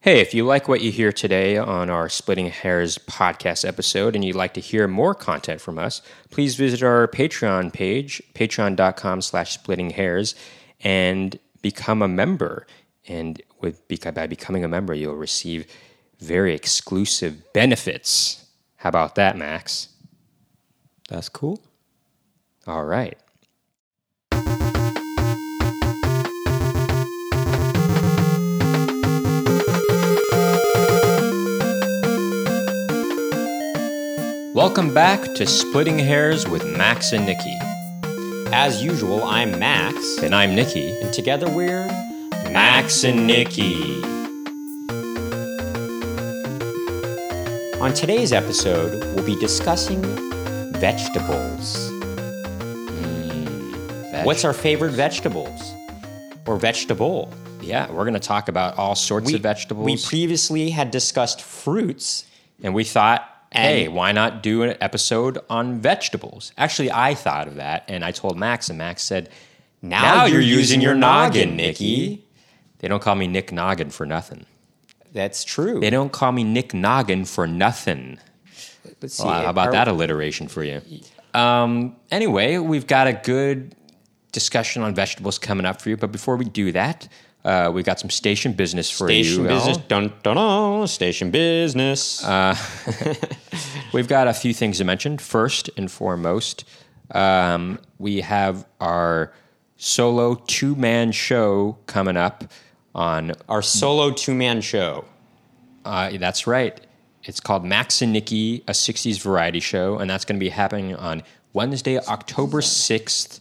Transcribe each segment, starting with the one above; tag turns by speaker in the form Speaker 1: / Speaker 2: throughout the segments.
Speaker 1: Hey, if you like what you hear today on our Splitting Hairs podcast episode and you'd like to hear more content from us, please visit our Patreon page, patreon.com slash splitting hairs, and become a member. And with by becoming a member, you'll receive very exclusive benefits. How about that, Max?
Speaker 2: That's cool.
Speaker 1: All right. Welcome back to Splitting Hairs with Max and Nikki.
Speaker 2: As usual, I'm Max,
Speaker 1: And I'm Nikki.
Speaker 2: and together we're
Speaker 1: Max and Nikki.
Speaker 2: on today's episode. We'll be discussing vegetables.
Speaker 1: Hmm,
Speaker 2: What's our favorite vegetables or vegetable?
Speaker 1: Yeah, we're going to talk about all sorts of vegetables.
Speaker 2: We previously had discussed fruits.
Speaker 1: and we thought, hey,
Speaker 2: And-
Speaker 1: why not do an episode on vegetables? Actually, I thought of that and I told Max, and Max said, now, you're, using your noggin, Nikki. They don't call me Nick Noggin for nothing.
Speaker 2: That's true.
Speaker 1: They don't call me Nick Noggin for nothing.
Speaker 2: Let's see.
Speaker 1: Wow, how about
Speaker 2: Are-
Speaker 1: that alliteration for you? Um, anyway, we've got a good discussion on vegetables coming up for you. But before we do that, uh, we've got some station business for
Speaker 2: Station
Speaker 1: you. Uh, all.
Speaker 2: business. Dun, dun, dun, station business.
Speaker 1: We've got a few things to mention. First and foremost, um, we have our solo two man show coming up on.
Speaker 2: our solo two man show.
Speaker 1: Uh, that's right. It's called Max and Nikki, a 60s variety show, and that's going to be happening on Wednesday, October 6th,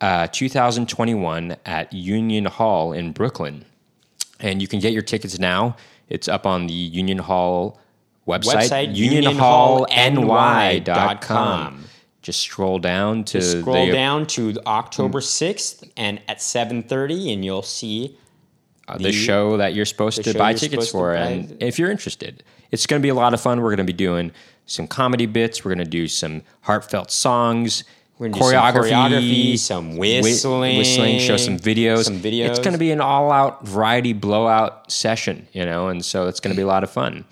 Speaker 1: uh, 2021, at Union Hall in Brooklyn. And you can get your tickets now. It's up on the Union Hall website,
Speaker 2: Website,
Speaker 1: unionhallny.com.
Speaker 2: unionhallny.com.
Speaker 1: Just scroll down to
Speaker 2: Scroll
Speaker 1: the,
Speaker 2: down to
Speaker 1: Hmm.
Speaker 2: October 6th and at 7:30 and you'll see
Speaker 1: uh, the show that you're supposed to
Speaker 2: show
Speaker 1: buy
Speaker 2: you're
Speaker 1: tickets
Speaker 2: supposed to
Speaker 1: for.
Speaker 2: buy.
Speaker 1: And if you're interested, it's going to be a lot of fun. We're going to be doing some comedy bits. We're going to do some heartfelt songs,
Speaker 2: We're gonna do some
Speaker 1: choreography,
Speaker 2: choreography, some
Speaker 1: wi- whistling, show some
Speaker 2: whistling,
Speaker 1: videos.
Speaker 2: some videos.
Speaker 1: It's going to be an all-out variety blowout session, you know, and so it's going to be a lot of fun.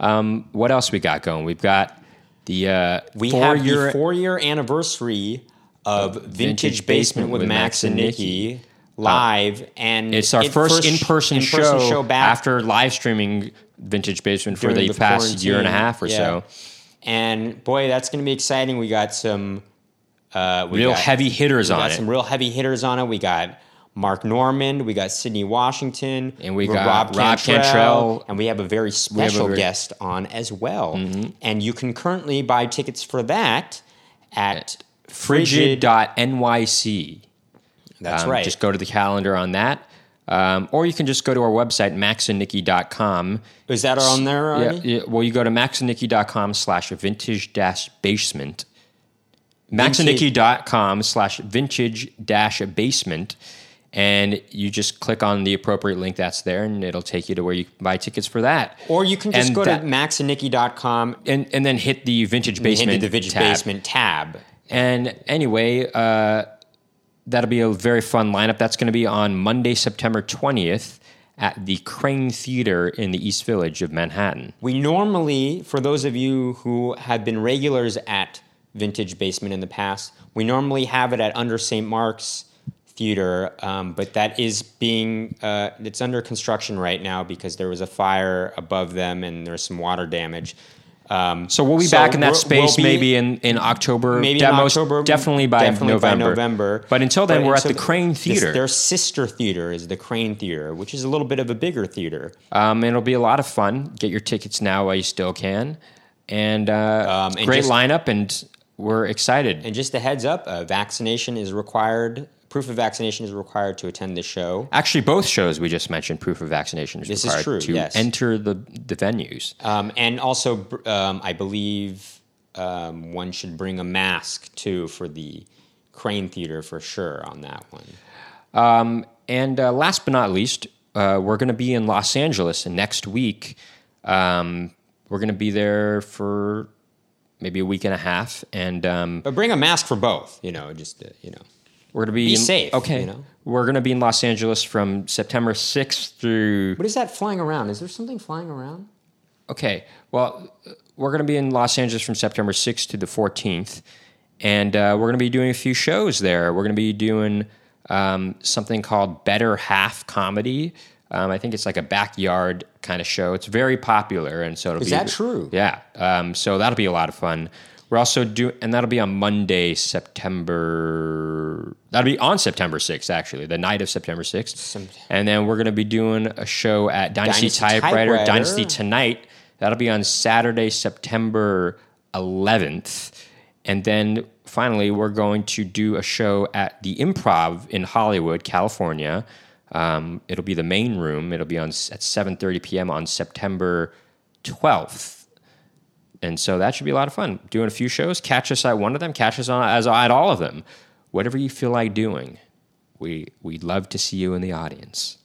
Speaker 1: Um, what else we got going? We've got the uh,
Speaker 2: we
Speaker 1: four
Speaker 2: have
Speaker 1: year
Speaker 2: the 4 year anniversary of Vintage, Basement, with, Max and Nikki live and
Speaker 1: It's our
Speaker 2: it-
Speaker 1: first, in-person,
Speaker 2: in-person
Speaker 1: show,
Speaker 2: back
Speaker 1: after live streaming Vintage Basement for
Speaker 2: during
Speaker 1: the, past year and a
Speaker 2: quarantine.
Speaker 1: half or
Speaker 2: Yeah.
Speaker 1: so.
Speaker 2: And boy, that's going to be exciting. We got some uh, we
Speaker 1: Real
Speaker 2: got,
Speaker 1: heavy hitters
Speaker 2: We
Speaker 1: on
Speaker 2: got
Speaker 1: it.
Speaker 2: some real heavy hitters on it. We got Mark Norman, we got Sidney Washington,
Speaker 1: And we
Speaker 2: r-
Speaker 1: got Rob Cantrell.
Speaker 2: and we have a very
Speaker 1: have a
Speaker 2: special
Speaker 1: very- Mm-hmm.
Speaker 2: guest on as well. And you can currently buy tickets for that at Frigid.
Speaker 1: Frigid.nyc.
Speaker 2: That's
Speaker 1: Um,
Speaker 2: right.
Speaker 1: Just go to the calendar on that. Um, or you can just go to our website, maxandnikki.com.
Speaker 2: Is that on there
Speaker 1: Yeah,
Speaker 2: already?
Speaker 1: yeah, well, you go to maxandnikki.com slash vintage dash basement. Maxandnikki.com slash vintage dash basement. And you just click on the appropriate link that's there, and it'll take you to where you can buy tickets for that.
Speaker 2: Or you can just
Speaker 1: And
Speaker 2: go
Speaker 1: that-
Speaker 2: to maxandnikki.com and
Speaker 1: and, and then hit the vintage
Speaker 2: hit
Speaker 1: basement
Speaker 2: the Vintage
Speaker 1: tab.
Speaker 2: Basement tab.
Speaker 1: And anyway, uh, that'll be a very fun lineup. That's going to be on Monday, September 20th at the Crane Theater in the East Village of Manhattan.
Speaker 2: We normally, for those of you who have been regulars at Vintage Basement in the past, we normally have it at Under St. Mark's Theater, um, but that is being, uh, it's under construction right now because there was a fire above them and there was some water damage. Um,
Speaker 1: So we'll be back in that
Speaker 2: we're-
Speaker 1: space
Speaker 2: we'll be-
Speaker 1: maybe in, in October.
Speaker 2: maybe
Speaker 1: de-
Speaker 2: in
Speaker 1: most
Speaker 2: October,
Speaker 1: Definitely, by,
Speaker 2: definitely by
Speaker 1: November.
Speaker 2: November.
Speaker 1: But until then, we're at
Speaker 2: until
Speaker 1: the Crane
Speaker 2: this-
Speaker 1: Theater.
Speaker 2: their sister theater is the Crane Theater, which is a little bit of a bigger theater.
Speaker 1: Um, it'le be a lot of fun. Get your tickets now while you still can. And, uh,
Speaker 2: Um, and
Speaker 1: great
Speaker 2: just-
Speaker 1: lineup, and we're excited.
Speaker 2: And just a heads up, uh, vaccination is required. Proof of vaccination is required to attend the show.
Speaker 1: Actually, both shows we just mentioned proof of vaccination is
Speaker 2: This is
Speaker 1: required
Speaker 2: true,
Speaker 1: to
Speaker 2: yes.
Speaker 1: enter the, the venues.
Speaker 2: Um, and also, br- um, I believe um, one should bring a mask too for the Crane Theater for sure on that one.
Speaker 1: And uh, last but not least, uh, we're going to be in Los Angeles next week. Um, we're going to be there for maybe a week and a half, and um,
Speaker 2: But bring a mask for both, you know, just, uh, you know.
Speaker 1: We're gonna be,
Speaker 2: Be
Speaker 1: in-
Speaker 2: safe,
Speaker 1: Okay,
Speaker 2: you know?
Speaker 1: we're gonna be in Los Angeles from September sixth through.
Speaker 2: What is that flying around? Is there something flying around?
Speaker 1: Okay, well, uh, we're gonna be in Los Angeles from September sixth to the fourteenth, and uh, we're gonna be doing a few shows there. We're gonna be doing um, something called Better Half Comedy. Um, I think it's like a backyard kind of show. It's very popular, and so it'll
Speaker 2: Is
Speaker 1: be
Speaker 2: that true?
Speaker 1: Yeah. Um, so that'll be a lot of fun. We're also do, and that'll be on Monday, September. That'll be on September 6th, actually, the night of September 6th. And then we're going to be doing a show at Dynasty,
Speaker 2: Dynasty
Speaker 1: Typewriter,
Speaker 2: Typewriter.
Speaker 1: Dynasty Tonight. That'll be on Saturday, September 11th. And then finally, we're going to do a show at the Improv in Hollywood, California. Um, it'll be the main room. It'll be on s- at 7:30 p.m. on September 12th and so that should be a lot of fun. Doing a few shows, catch us at one of them, catch us on as at all of them, whatever you feel like doing. We we'd love to see you in the audience.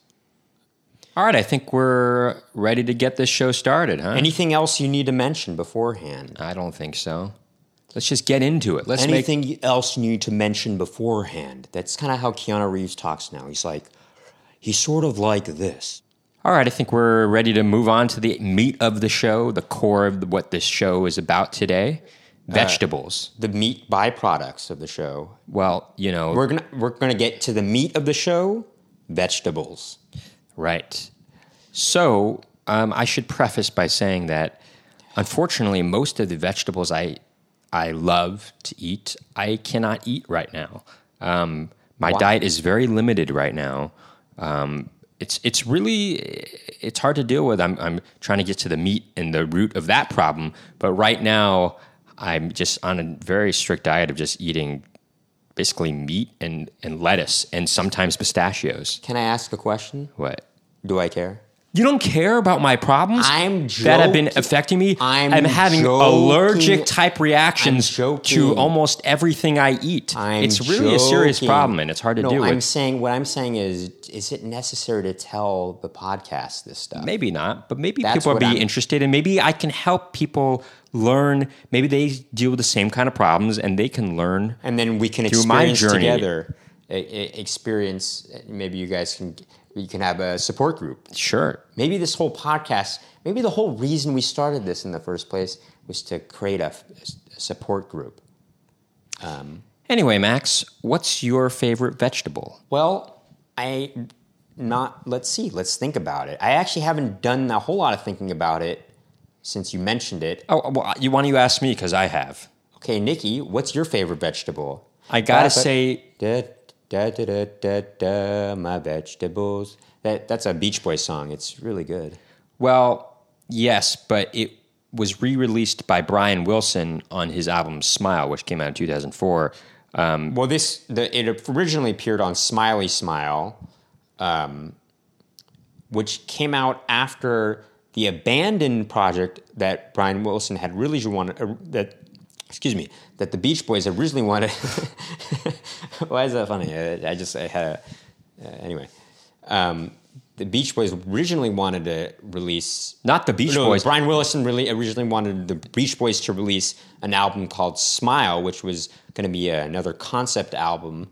Speaker 1: All right, I think we're ready to get this show started, huh?
Speaker 2: Anything else you need to mention beforehand?
Speaker 1: I don't think so. Let's just get into it. Uh, Let's make
Speaker 2: Anything else you need to mention beforehand? That's kind of how Keanu Reeves talks now. He's like, he's sort of like this.
Speaker 1: All right, I think we're ready to move on to the meat of the show, the core of what this show is about today. Vegetables.
Speaker 2: The meat byproducts of the show.
Speaker 1: well, you know,
Speaker 2: We're gonna we're gonna get to the meat of the show, vegetables.
Speaker 1: Right. So um, I should preface by saying that unfortunately, most of the vegetables I I love to eat, I cannot eat right now. Um, my diet is very limited right now. Um, it's it's really it's hard to deal with. I'm I'm trying to get to the meat and the root of that problem, but right now I'm just on a very strict diet of just eating basically meat and and lettuce and sometimes pistachios.
Speaker 2: Can I ask a question?
Speaker 1: What?
Speaker 2: Do I care?
Speaker 1: You don't care about my problems
Speaker 2: I'm
Speaker 1: that have been
Speaker 2: joking.
Speaker 1: affecting me.
Speaker 2: I'm
Speaker 1: having
Speaker 2: joking.
Speaker 1: allergic type reactions
Speaker 2: joking.
Speaker 1: to almost everything I eat.
Speaker 2: I'm
Speaker 1: it's really a serious
Speaker 2: joking.
Speaker 1: problem, and it's hard to
Speaker 2: no,
Speaker 1: deal
Speaker 2: I'm
Speaker 1: with.
Speaker 2: saying what I'm saying is, is it necessary to tell the podcast this stuff?
Speaker 1: Maybe not, but maybe
Speaker 2: That's
Speaker 1: people will
Speaker 2: what
Speaker 1: be
Speaker 2: I'm-
Speaker 1: interested, and maybe I can help people learn. Maybe they deal with the same kind of problems, and they can learn.
Speaker 2: and then we can
Speaker 1: Through my
Speaker 2: experience
Speaker 1: journey.
Speaker 2: together. e- e- Experience. Maybe you guys can you can have a support group.
Speaker 1: Sure,
Speaker 2: Maybe this whole podcast. Maybe the whole reason we started this in the first place was to create a, f- a support group.
Speaker 1: Anyway, Max, what's your favorite vegetable?
Speaker 2: Well, I not let's see, let's think about it. I actually haven't done a whole lot of thinking about it since you mentioned it.
Speaker 1: Oh, well, you want you ask me because I have.
Speaker 2: Okay, Nikki, what's your favorite vegetable?
Speaker 1: I gotta
Speaker 2: But-
Speaker 1: say,
Speaker 2: Da, da, da, da, da, da, my vegetables. That that's a Beach Boy song. It's really good.
Speaker 1: Well, yes, but it was re-released by Brian Wilson on his album Smile, which came out in 2004.
Speaker 2: Well, this the, it originally appeared on Smiley Smile, um, which came out after the Abandon project that Brian Wilson had really wanted. Uh, that excuse me, that the Beach Boys originally wanted. Why is that funny? I, I just I had a, uh, anyway. Um, the Beach Boys originally wanted to release
Speaker 1: Not the Beach
Speaker 2: no,
Speaker 1: Boys.
Speaker 2: Brian Willison really originally wanted the Beach Boys to release an album called Smile, which was going to be another concept album,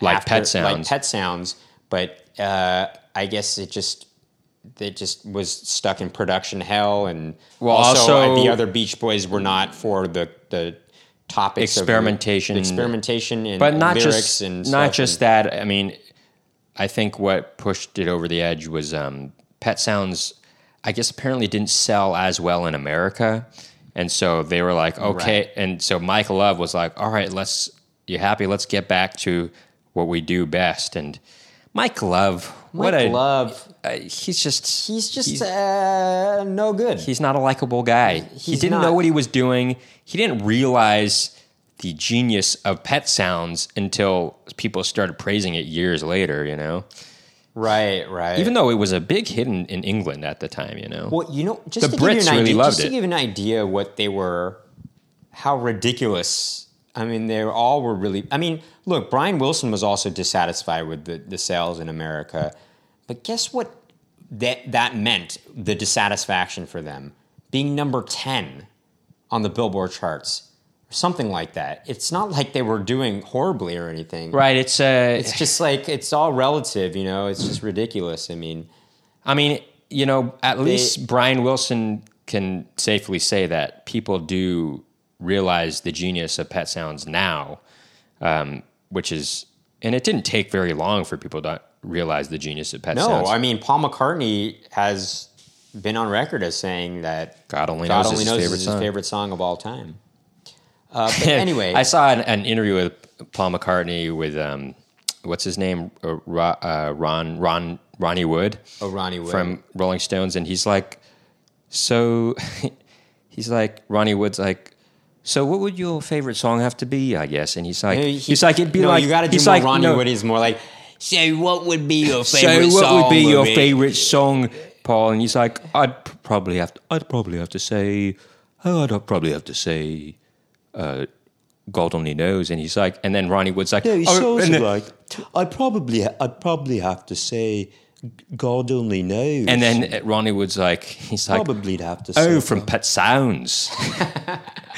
Speaker 1: Like Pet
Speaker 2: like
Speaker 1: Sounds.
Speaker 2: Pet Sounds. But uh, I guess it just it just was stuck in production hell, and
Speaker 1: Well,
Speaker 2: also,
Speaker 1: also-
Speaker 2: uh, the other Beach Boys were not for the the topics of-
Speaker 1: Experimentation.
Speaker 2: experimentation, and
Speaker 1: but not
Speaker 2: lyrics
Speaker 1: just
Speaker 2: and
Speaker 1: not
Speaker 2: stuff
Speaker 1: just that. I mean, I think what pushed it over the edge was um, Pet Sounds. I guess apparently didn't sell as well in America, and so they were like, okay. And so Mike Love was like, all right, let's. You happy? Let's get back to what we do best. And Mike Love,
Speaker 2: and
Speaker 1: what a
Speaker 2: love.
Speaker 1: uh, he's just
Speaker 2: He's just uh, no good.
Speaker 1: he's not a likable guy. he
Speaker 2: He's
Speaker 1: didn't
Speaker 2: not.
Speaker 1: know what he was doing. He didn't realize the genius of pet sounds until people started praising it years later, you know?
Speaker 2: right, right.
Speaker 1: Even though it was a big hit in, in England at the time, you know?
Speaker 2: Well, you know, just
Speaker 1: The
Speaker 2: to give you
Speaker 1: Brits
Speaker 2: an
Speaker 1: really
Speaker 2: idea,
Speaker 1: loved
Speaker 2: just to
Speaker 1: it.
Speaker 2: give an idea what they were, how ridiculous. I mean, they all were really. I mean, look, Brian Wilson was also dissatisfied with the, the sales in America, but guess what? That that meant the dissatisfaction for them being number ten on the Billboard charts, something like that. It's not like they were doing horribly or anything.
Speaker 1: Right. It's uh,
Speaker 2: It's just like it's all relative, you know. It's just ridiculous. I mean,
Speaker 1: I mean, you know, at least Brian Wilson can safely say that people do realize the genius of Pet Sounds now, um, which is, and it didn't take very long for people to realize the genius of Pet
Speaker 2: no,
Speaker 1: Sounds.
Speaker 2: I mean Paul McCartney has been on record as saying that
Speaker 1: God only
Speaker 2: God
Speaker 1: knows
Speaker 2: only
Speaker 1: his
Speaker 2: knows
Speaker 1: favorite
Speaker 2: is his
Speaker 1: song.
Speaker 2: favorite song of all time. Uh, but anyway,
Speaker 1: I saw an, an interview with Paul McCartney with um, what's his name, uh, Ro- uh, Ron Ron Ronnie Wood
Speaker 2: oh Ronnie Wood.
Speaker 1: from Rolling Stones, and he's like, so he's like Ronnie Wood's like. So what would your favorite song have to be? I guess, and he's like,
Speaker 2: He-
Speaker 1: he's like, it'd be
Speaker 2: no,
Speaker 1: like,
Speaker 2: you got to do
Speaker 1: he's
Speaker 2: more
Speaker 1: like,
Speaker 2: Ronnie
Speaker 1: no,
Speaker 2: Wood. He's more like, so what would be your
Speaker 1: So
Speaker 2: favorite?
Speaker 1: what
Speaker 2: song
Speaker 1: would be your
Speaker 2: it?"
Speaker 1: favorite song, Paul? And he's like, I'd p- probably have to, I'd probably have to say, oh, I'd probably have to say, uh, God only knows. And he's like, and then Ronnie Wood's like,
Speaker 3: No,
Speaker 1: "Oh,"
Speaker 3: sounds
Speaker 1: and, then,
Speaker 3: like I probably I probably have to say God only knows.
Speaker 1: and then Ronnie Wood's like, he's like,
Speaker 3: probably have to say
Speaker 1: oh, from Pet Sounds,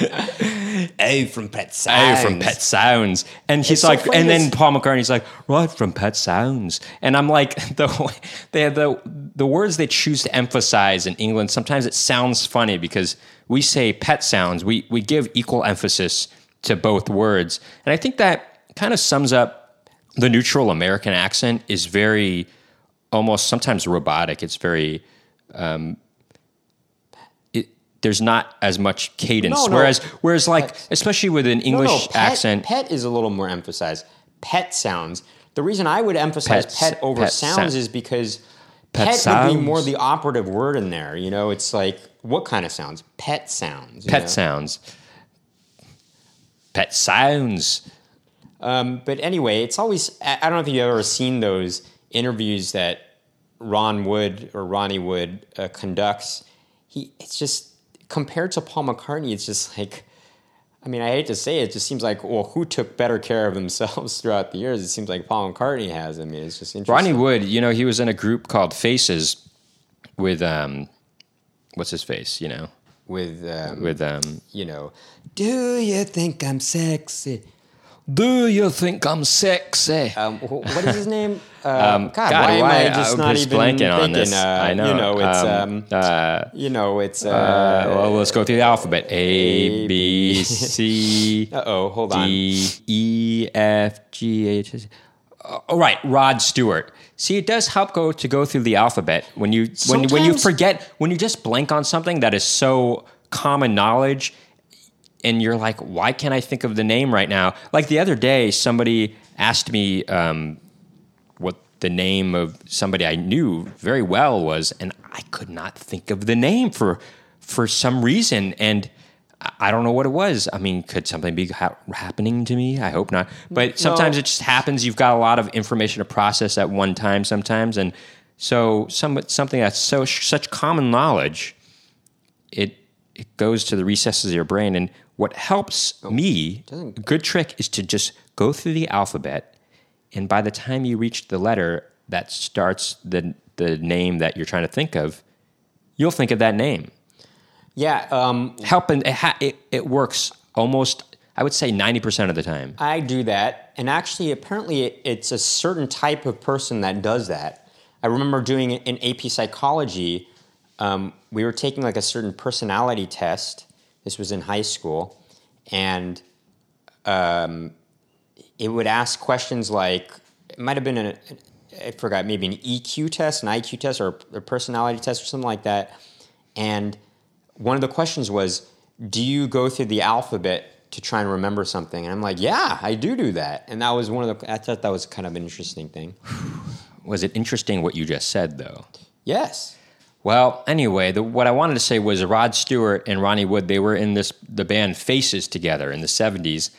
Speaker 3: oh from Pet
Speaker 1: oh, from Pet Sounds, and he's
Speaker 3: so
Speaker 1: like,
Speaker 3: funny
Speaker 1: and then
Speaker 3: that's-
Speaker 1: Paul McCartney's like, right from Pet Sounds, and I'm like, the way- they the the words they choose to emphasize in England sometimes it sounds funny because we say pet sounds, we we give equal emphasis to both words, and I think that kind of sums up the neutral American accent is very almost sometimes robotic. It's very um, it, there's not as much cadence.
Speaker 2: No, no.
Speaker 1: Whereas, whereas like especially with an
Speaker 2: No,
Speaker 1: English
Speaker 2: no, pet-
Speaker 1: accent,
Speaker 2: Pet is a little more emphasized. Pet sounds. The reason I would emphasize
Speaker 1: Pets-
Speaker 2: pet over
Speaker 1: pet
Speaker 2: sounds
Speaker 1: sound.
Speaker 2: is because
Speaker 1: Pet
Speaker 2: pet, would be
Speaker 1: sounds.
Speaker 2: more the operative word in there. You know, it's like what kind of sounds? Pet sounds. you
Speaker 1: pet
Speaker 2: know?
Speaker 1: sounds, pet sounds.
Speaker 2: Um, but anyway, it's always. I I don't know if you've ever seen those interviews that Ron Wood or Ronnie Wood uh, conducts. He. It's just compared to Paul McCartney. It's just like. I mean, I hate to say it, it just seems like, well, who took better care of themselves throughout the years? It seems like Paul McCartney has. I mean, it's just interesting.
Speaker 1: Ronnie Wood, you know, he was in a group called Faces with um, what's his face? You know,
Speaker 2: with, um,
Speaker 1: with um,
Speaker 2: you know,
Speaker 3: Do you think I'm sexy?
Speaker 1: do you think I'm sexy?
Speaker 2: um, wh- what is his name? Uh, God,
Speaker 1: Um, God,
Speaker 2: why,
Speaker 1: why-
Speaker 2: am I just
Speaker 1: I'm
Speaker 2: not
Speaker 1: just
Speaker 2: even
Speaker 1: blanking
Speaker 2: thinking?
Speaker 1: on this.
Speaker 2: Uh,
Speaker 1: I know.
Speaker 2: You know, it's.
Speaker 1: Um,
Speaker 2: Um,
Speaker 1: uh,
Speaker 2: you know, it's. Uh,
Speaker 1: uh, well, let's go through the alphabet: A, B, C.
Speaker 2: oh, hold on.
Speaker 1: D E F G H. All right, Rod Stewart. See, it does help go to go through the alphabet when you when when you
Speaker 2: Sometimes-
Speaker 1: forget when you just blank on something that is so common knowledge, and you're like, why can't I think of the name right now? Like the other day, somebody asked me um, what the name of somebody I knew very well was, and I could not think of the name for for some reason, and I- I don't know what it was. I mean, could something be ha- happening to me? I hope not. But sometimes it just happens. You've got a lot of information to process at one time, sometimes, and so some something that's so such common knowledge, it it goes to the recesses of your brain. And what helps me, a good trick, is to just go through the alphabet and by the time you reach the letter that starts the the name that you're trying to think of, you'll think of that name.
Speaker 2: Yeah, um,
Speaker 1: Help and it, ha- it, it works almost. I would say ninety percent of the time.
Speaker 2: I do that, and actually, apparently, it- it's a certain type of person that does that. I remember doing it in AP Psychology. Um, we were taking like a certain personality test. This was in high school, and um, it would ask questions like it might have been an I forgot maybe an EQ test, an IQ test, or a personality test, or something like that. And one of the questions was, "Do you go through the alphabet to try and remember something?" And I'm like, "Yeah, I do do that." And that was one of the. I thought that was kind of an interesting thing.
Speaker 1: Was it interesting what you just said though?
Speaker 2: Yes.
Speaker 1: Well, anyway, the, what I wanted to say was Rod Stewart and Ronnie Wood. They were in this the band Faces together in the '70s,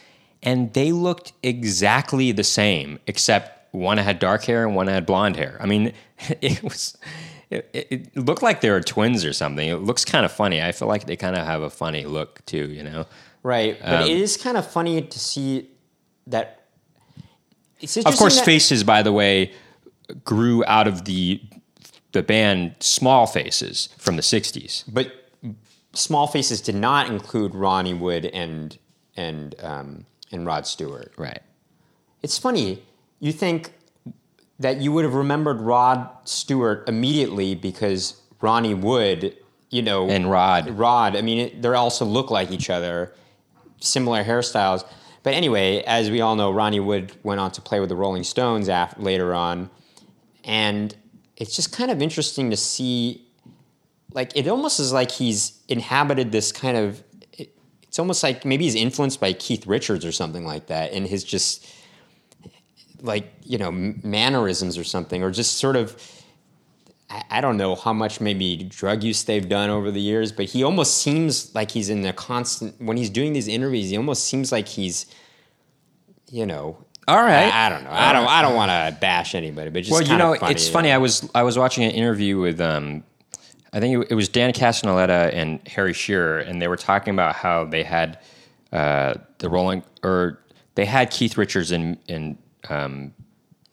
Speaker 1: and they looked exactly the same, except one had dark hair and one had blonde hair. I mean, it was it, it it looked like they were twins or something. It looks kind of funny. I feel like they kind of have a funny look too, you know.
Speaker 2: Right, but
Speaker 1: Um,
Speaker 2: it is kind of funny to see that. It's
Speaker 1: Of course,
Speaker 2: that,
Speaker 1: Faces, by the way, grew out of the the band Small Faces from the '60s.
Speaker 2: but Small Faces did not include Ronnie Wood and and um, and Rod Stewart.
Speaker 1: Right.
Speaker 2: It's funny. You think that you would have remembered Rod Stewart immediately because Ronnie Wood, you know,
Speaker 1: And Rod.
Speaker 2: Rod. I mean, it, they also look like each other, similar hairstyles. But anyway, as we all know, Ronnie Wood went on to play with the Rolling Stones af- later on, and it's just kind of interesting to see. Like it almost is like he's inhabited this kind of. It, it's almost like maybe he's influenced by Keith Richards or something like that, and his just like you know m- mannerisms or something, or just sort of I- I don't know how much maybe drug use they've done over the years, but he almost seems like he's in a constant when he's doing these interviews. He almost seems like he's, you know,
Speaker 1: All right.
Speaker 2: I, I don't know. I don't. I don't want to bash anybody, but just
Speaker 1: Well, you
Speaker 2: kinda
Speaker 1: know, it's funny. I was I was watching an interview with um, I think it, it was Dan Castellaneta and Harry Shearer, and they were talking about how they had uh, the Rolling or they had Keith Richards and and um,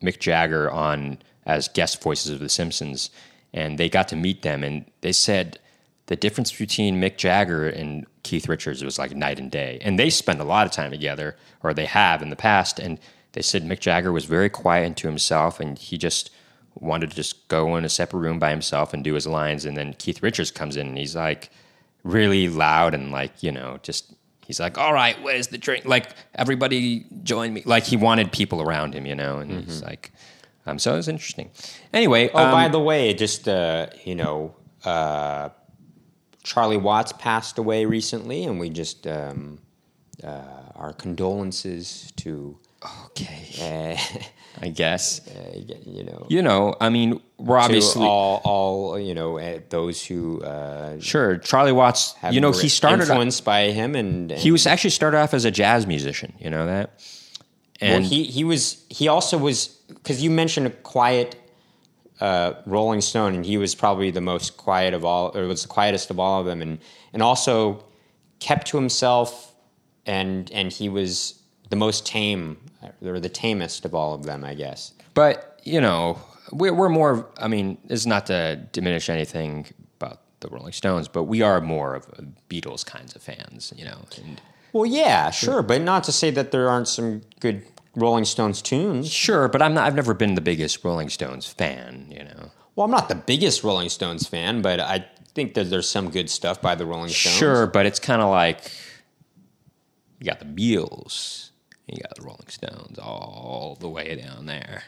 Speaker 1: Mick Jagger on as guest voices of The Simpsons, and they got to meet them, and they said the difference between Mick Jagger and Keith Richards was like night and day, and they spend a lot of time together, or they have in the past, and they said Mick Jagger was very quiet and to himself, and he just wanted to just go in a separate room by himself and do his lines, and then Keith Richards comes in, and he's like really loud and like you know just he's like, "All right, where's the drink?" Like everybody join me. Like he wanted people around him, you know. And
Speaker 2: Mm-hmm.
Speaker 1: he's like, um, so it was interesting. Anyway,
Speaker 2: Oh,
Speaker 1: um,
Speaker 2: by the way, just uh, you know, uh, Charlie Watts passed away recently, and we just um, uh, our condolences to.
Speaker 1: okay,
Speaker 2: Uh,
Speaker 1: I guess
Speaker 2: you know,
Speaker 1: you know. I mean, we're
Speaker 2: obviously
Speaker 1: obviously
Speaker 2: all all you know uh, those who uh,
Speaker 1: sure Charlie Watts.
Speaker 2: have
Speaker 1: You know,
Speaker 2: were
Speaker 1: he started.
Speaker 2: influenced by him, and, and
Speaker 1: He was actually started off as a jazz musician. You know that.
Speaker 2: well,
Speaker 1: And
Speaker 2: he he was he also was because you mentioned a quiet uh, Rolling Stone, and he was probably the most quiet of all, or was the quietest of all of them, and and also kept to himself, and and he was the most tame, or the tamest of all of them, I guess.
Speaker 1: But you know, we're, we're more. I mean, it's not to diminish anything about the Rolling Stones, but we are more of Beatles kinds of fans. You know, and
Speaker 2: Well, yeah, sure, but not to say that there aren't some good Rolling Stones tunes.
Speaker 1: sure, but I'm not. I've never been the biggest Rolling Stones fan. You know,
Speaker 2: Well, I'm not the biggest Rolling Stones fan, but I think that there's some good stuff by the Rolling Stones.
Speaker 1: sure, but it's kind of like you got the Beatles, and you got the Rolling Stones all the way down there.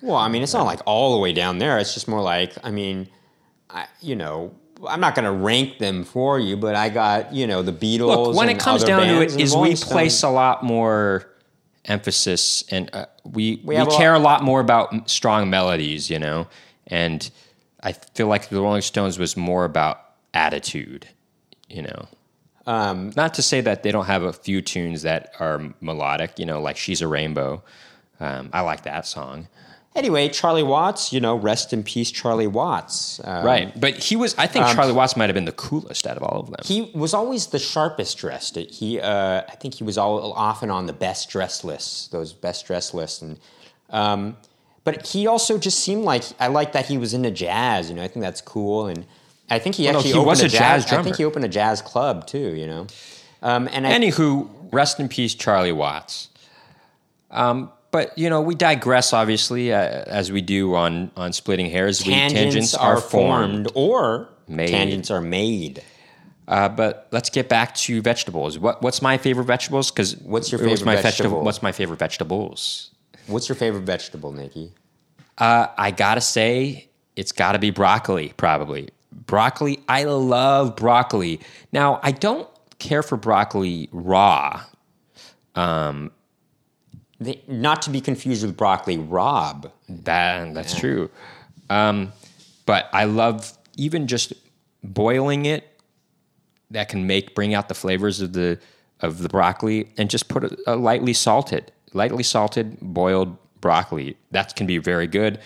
Speaker 2: Well, I mean, it's not like all the way down there. It's just more like, I mean, I, you know, I'm not going to rank them for you, but I got, you know, the Beatles.
Speaker 1: Look, when
Speaker 2: and
Speaker 1: it comes
Speaker 2: other
Speaker 1: down to
Speaker 2: bands
Speaker 1: it,
Speaker 2: and
Speaker 1: is
Speaker 2: Rolling
Speaker 1: we place
Speaker 2: Stones.
Speaker 1: a lot more emphasis and uh, we we,
Speaker 2: have a lot-
Speaker 1: care a lot more about m- strong melodies, you know. And I feel like the Rolling Stones was more about attitude, you know. Um, Not to say that they don't have a few tunes that are melodic, you know, like "She's a Rainbow." Um, I like that song,
Speaker 2: Anyway, Charlie Watts, you know, rest in peace, Charlie Watts. Um,
Speaker 1: right? But he was—I think Charlie Watts might have been the coolest out of all of them.
Speaker 2: He was always the sharpest dressed. He, uh, I think, he was all often on the best dress lists, those best dress lists, and um, but he also just seemed like I like that he was into jazz. You know, I think that's cool, and I think he
Speaker 1: no,
Speaker 2: actually
Speaker 1: he
Speaker 2: opened
Speaker 1: was
Speaker 2: a
Speaker 1: a jazz
Speaker 2: jazz. I
Speaker 1: drummer.
Speaker 2: think he opened a jazz club too. You know, um, and I,
Speaker 1: Anywho, rest in peace, Charlie Watts. Um, but you know, we digress obviously uh, as we do on on splitting hairs.
Speaker 2: tangents,
Speaker 1: we,
Speaker 2: are formed, or
Speaker 1: Made.
Speaker 2: tangents are made.
Speaker 1: Uh, but let's get back to vegetables. What what's my favorite vegetables? Because
Speaker 2: What's your favorite
Speaker 1: my
Speaker 2: vegetable?
Speaker 1: What's my favorite vegetables?
Speaker 2: What's your favorite vegetable, Nikki?
Speaker 1: Uh, I gotta say, it's gotta be broccoli. Probably broccoli. I love broccoli. Now I don't care for broccoli raw.
Speaker 2: The, not to be confused with broccoli, Rob.
Speaker 1: That that's true. Um, but I love even just boiling it. That can make bring out the flavors of the of the broccoli, and just put a, a lightly salted, lightly salted boiled broccoli. That can be very good.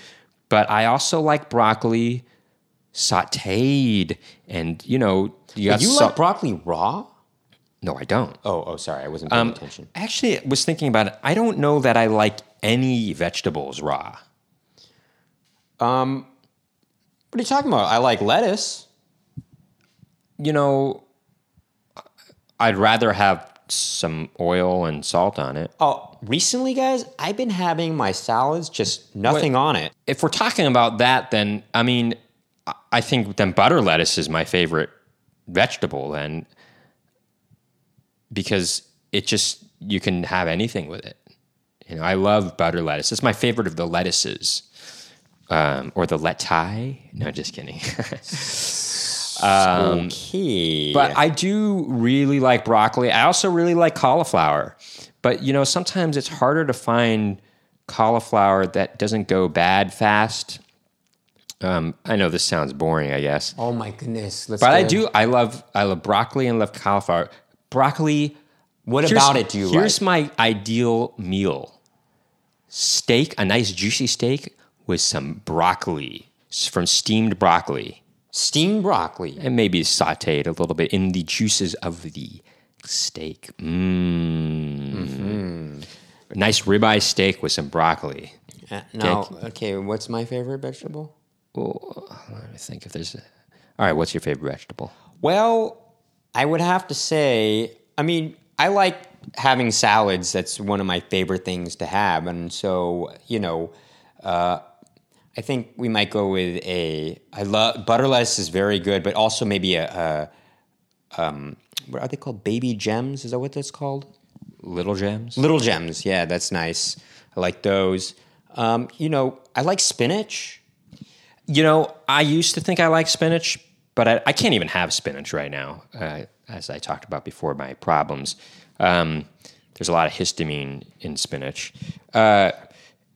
Speaker 1: But I also like broccoli sautéed, and you know you got
Speaker 2: you
Speaker 1: sa-
Speaker 2: like broccoli raw?
Speaker 1: no, I don't.
Speaker 2: Oh, oh, sorry, I wasn't paying
Speaker 1: Um,
Speaker 2: attention.
Speaker 1: Actually, I was thinking about it. I don't know that I like any vegetables raw.
Speaker 2: What are you talking about? I like lettuce.
Speaker 1: you know, I'd rather have some oil and salt on it.
Speaker 2: Oh, recently, guys, I've been having my salads just nothing on it.
Speaker 1: If we're talking about that, then I mean, I- I think then butter lettuce is my favorite vegetable, then because it just you can have anything with it. You know, I love butter lettuce. It's my favorite of the lettuces, um, or the letai. No, just kidding.
Speaker 2: okay.
Speaker 1: Um, But I do really like broccoli. I also really like cauliflower. But you know, sometimes it's harder to find cauliflower that doesn't go bad fast. Um, I know this sounds boring, I guess,
Speaker 2: oh my goodness. Let's
Speaker 1: but I
Speaker 2: go.
Speaker 1: do. I love I love broccoli and love cauliflower. Broccoli.
Speaker 2: What
Speaker 1: here's-
Speaker 2: about it do you
Speaker 1: Here's my ideal meal: steak, a nice juicy steak with some broccoli, s- from steamed broccoli
Speaker 2: like? Steamed broccoli.
Speaker 1: and maybe sauteed a little bit in the juices of the steak. Mmm. Nice ribeye steak with some broccoli.
Speaker 2: Uh, no. Okay. What's my favorite vegetable?
Speaker 1: Oh, let me think if there's. All right, what's your favorite vegetable?
Speaker 2: Well, I would have to say, I mean, I like having salads. That's one of my favorite things to have. And so, you know, uh, I think we might go with a. I love butter lettuce is very good, but also maybe a. a um, what are they called? Baby gems? Is that what that's called?
Speaker 1: Little gems.
Speaker 2: Little gems. Yeah, that's nice. I like those. Um, you know, I like spinach.
Speaker 1: You know, I used to think I liked spinach, but I, I can't even have spinach right now. Uh, as I talked about before, my problems. Um, there's a lot of histamine in spinach, uh,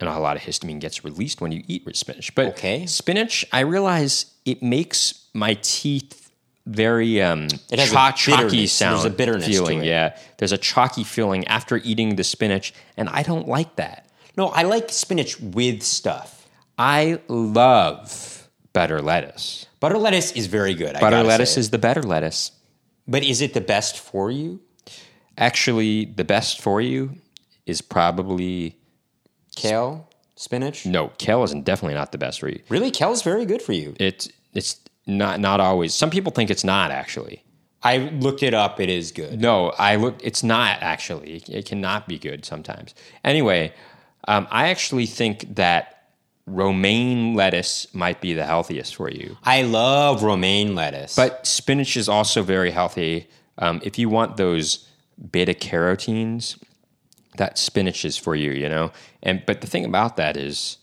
Speaker 1: and a lot of histamine gets released when you eat spinach. But
Speaker 2: Okay.
Speaker 1: spinach, I realize it makes my teeth very um,
Speaker 2: It has a
Speaker 1: cho- chalky
Speaker 2: bitterness.
Speaker 1: sound.
Speaker 2: There's a bitterness to
Speaker 1: feeling.
Speaker 2: it.
Speaker 1: Yeah, there's a chalky feeling after eating the spinach, and I don't like that.
Speaker 2: No, I like spinach with stuff.
Speaker 1: I love better lettuce.
Speaker 2: Butter lettuce is very good. I
Speaker 1: Butter
Speaker 2: gotta
Speaker 1: lettuce
Speaker 2: say.
Speaker 1: is the better lettuce.
Speaker 2: But is it the best for you?
Speaker 1: Actually, the best for you is probably
Speaker 2: Kale, spinach?
Speaker 1: no. Kale is definitely not the best for you.
Speaker 2: Really, kale's very good for you.
Speaker 1: It's it's not not always. Some people think it's not actually.
Speaker 2: I looked it up. It is good.
Speaker 1: No, I look. It's not actually. It cannot be good sometimes. Anyway, um, I actually think that romaine lettuce might be the healthiest for you.
Speaker 2: I love romaine lettuce.
Speaker 1: But spinach is also very healthy. Um, if you want those beta carotenes, that spinach is for you, you know. And but the thing about that is,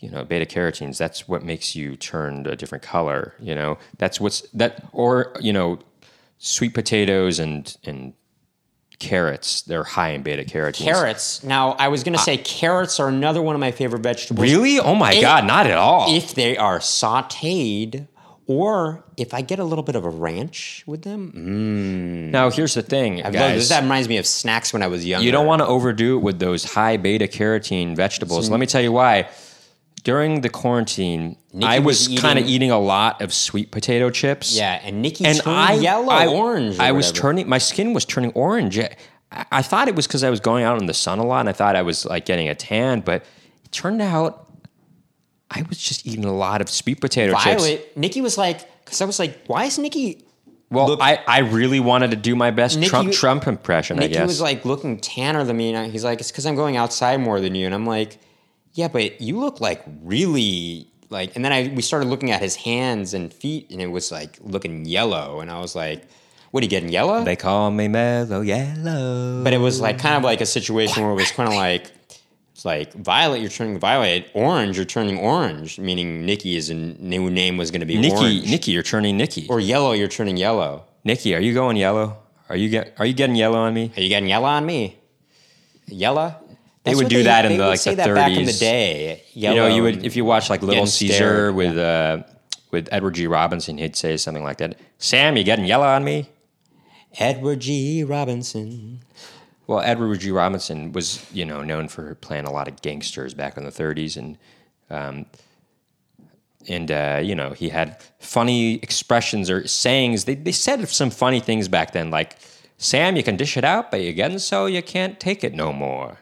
Speaker 1: you know, beta carotenes. That's what makes you turn a different color. You know, that's what's that. Or you know, sweet potatoes and and carrots. They're high in beta carotenes.
Speaker 2: carrots. Now, I was going to say carrots are another one of my favorite vegetables.
Speaker 1: Really? Oh my God! Not at all.
Speaker 2: If they are sauteed or if I get a little bit of a ranch with them.
Speaker 1: now here's the thing,
Speaker 2: I love
Speaker 1: guys.
Speaker 2: this. That reminds me of snacks when I was younger.
Speaker 1: You don't want to overdo it with those high beta carotene vegetables. Let me tell you why. During the quarantine, I was,
Speaker 2: was
Speaker 1: kind of
Speaker 2: eating-
Speaker 1: eating a lot of sweet potato chips.
Speaker 2: Yeah, and Nikki
Speaker 1: and
Speaker 2: turned
Speaker 1: I
Speaker 2: yellow,
Speaker 1: I,
Speaker 2: orange. or
Speaker 1: I was
Speaker 2: whatever.
Speaker 1: turning my skin was turning orange. I, I thought it was because I was going out in the sun a lot, and I thought I was like getting a tan, but it turned out. I was just eating a lot of sweet potato chips.
Speaker 2: Violet. Nikki was like, because I was like, why is Nikki
Speaker 1: Well, I, I really wanted to do my best
Speaker 2: Nikki-
Speaker 1: Trump Trump impression. I
Speaker 2: Nikki
Speaker 1: guess
Speaker 2: was like looking tanner than me, and I- he's like, "It's because I'm going outside more than you." And I'm like, "Yeah, but you look like really like." And then I we started looking at his hands and feet, and it was like looking yellow. And I was like, "What are you getting yellow?"
Speaker 1: they call me mellow yellow.
Speaker 2: but it was like kind of like a situation where it was kind of like it's like violet, you're turning violet, orange, you're turning orange, meaning Nikki's new name was going to be
Speaker 1: Nikki,
Speaker 2: orange,
Speaker 1: Nikki, you're turning Nikki.
Speaker 2: or yellow, you're turning yellow.
Speaker 1: Nikki, are you going yellow? Are you get, are you getting yellow on me?
Speaker 2: Are you getting yellow on me? Yellow.
Speaker 1: They would
Speaker 2: what
Speaker 1: do that in
Speaker 2: they
Speaker 1: the,
Speaker 2: would
Speaker 1: like,
Speaker 2: say
Speaker 1: the
Speaker 2: that back in the
Speaker 1: 30s.
Speaker 2: day.
Speaker 1: You
Speaker 2: Yellow.
Speaker 1: know, you would if you watch like Little
Speaker 2: Getting
Speaker 1: Caesar
Speaker 2: stared,
Speaker 1: with uh, with Edward G. Robinson, he'd say something like that. Sam, you getting yellow on me?
Speaker 2: Edward G. Robinson.
Speaker 1: Well, Edward G. Robinson was you know known for playing a lot of gangsters back in the '30s, and um, and uh, you know he had funny expressions or sayings. They they said some funny things back then, like Sam, you can dish it out, but you're getting so you can't take it no more,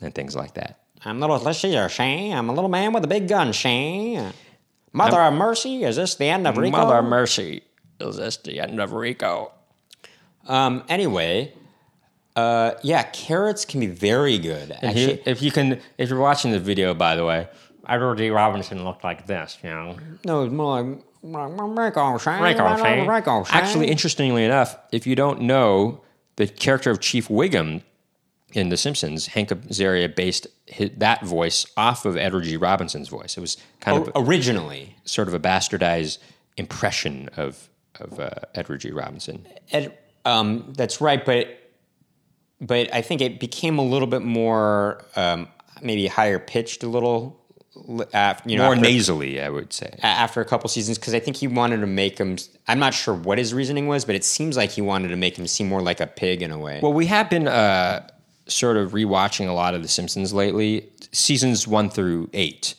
Speaker 1: and things like that.
Speaker 2: I'm little let's see here, Shane. I'm a little man with a big gun, Shane. Mother of mercy, is this the end of Rico?
Speaker 1: Mother mercy, is this the end of Rico?
Speaker 2: Um, anyway, uh, yeah, carrots can be very good.
Speaker 1: And
Speaker 2: Actually,
Speaker 1: he- if you can, if you're watching the video, by the way, Edward D. Robinson looked like this, you know.
Speaker 2: no, it's more like ricochet,
Speaker 1: Ricochet.
Speaker 2: ricochet.
Speaker 1: Actually, interestingly enough, if you don't know the character of Chief Wiggum in The Simpsons, Hank Azaria based hi that voice off of Edward G. Robinson's voice. It was kind
Speaker 2: Oh.
Speaker 1: of
Speaker 2: originally,
Speaker 1: sort of a bastardized impression of of uh, Edward G. Robinson.
Speaker 2: Ed, um, that's right, but but I think it became a little bit more um, maybe higher pitched a little l- after you know
Speaker 1: More
Speaker 2: after,
Speaker 1: nasally, I would say.
Speaker 2: a- after a couple seasons because I think he wanted to make him. I'm not sure what his reasoning was, but it seems like he wanted to make him seem more like a pig in a way.
Speaker 1: Well, we have been uh, sort of rewatching a lot of The Simpsons lately, seasons one through eight.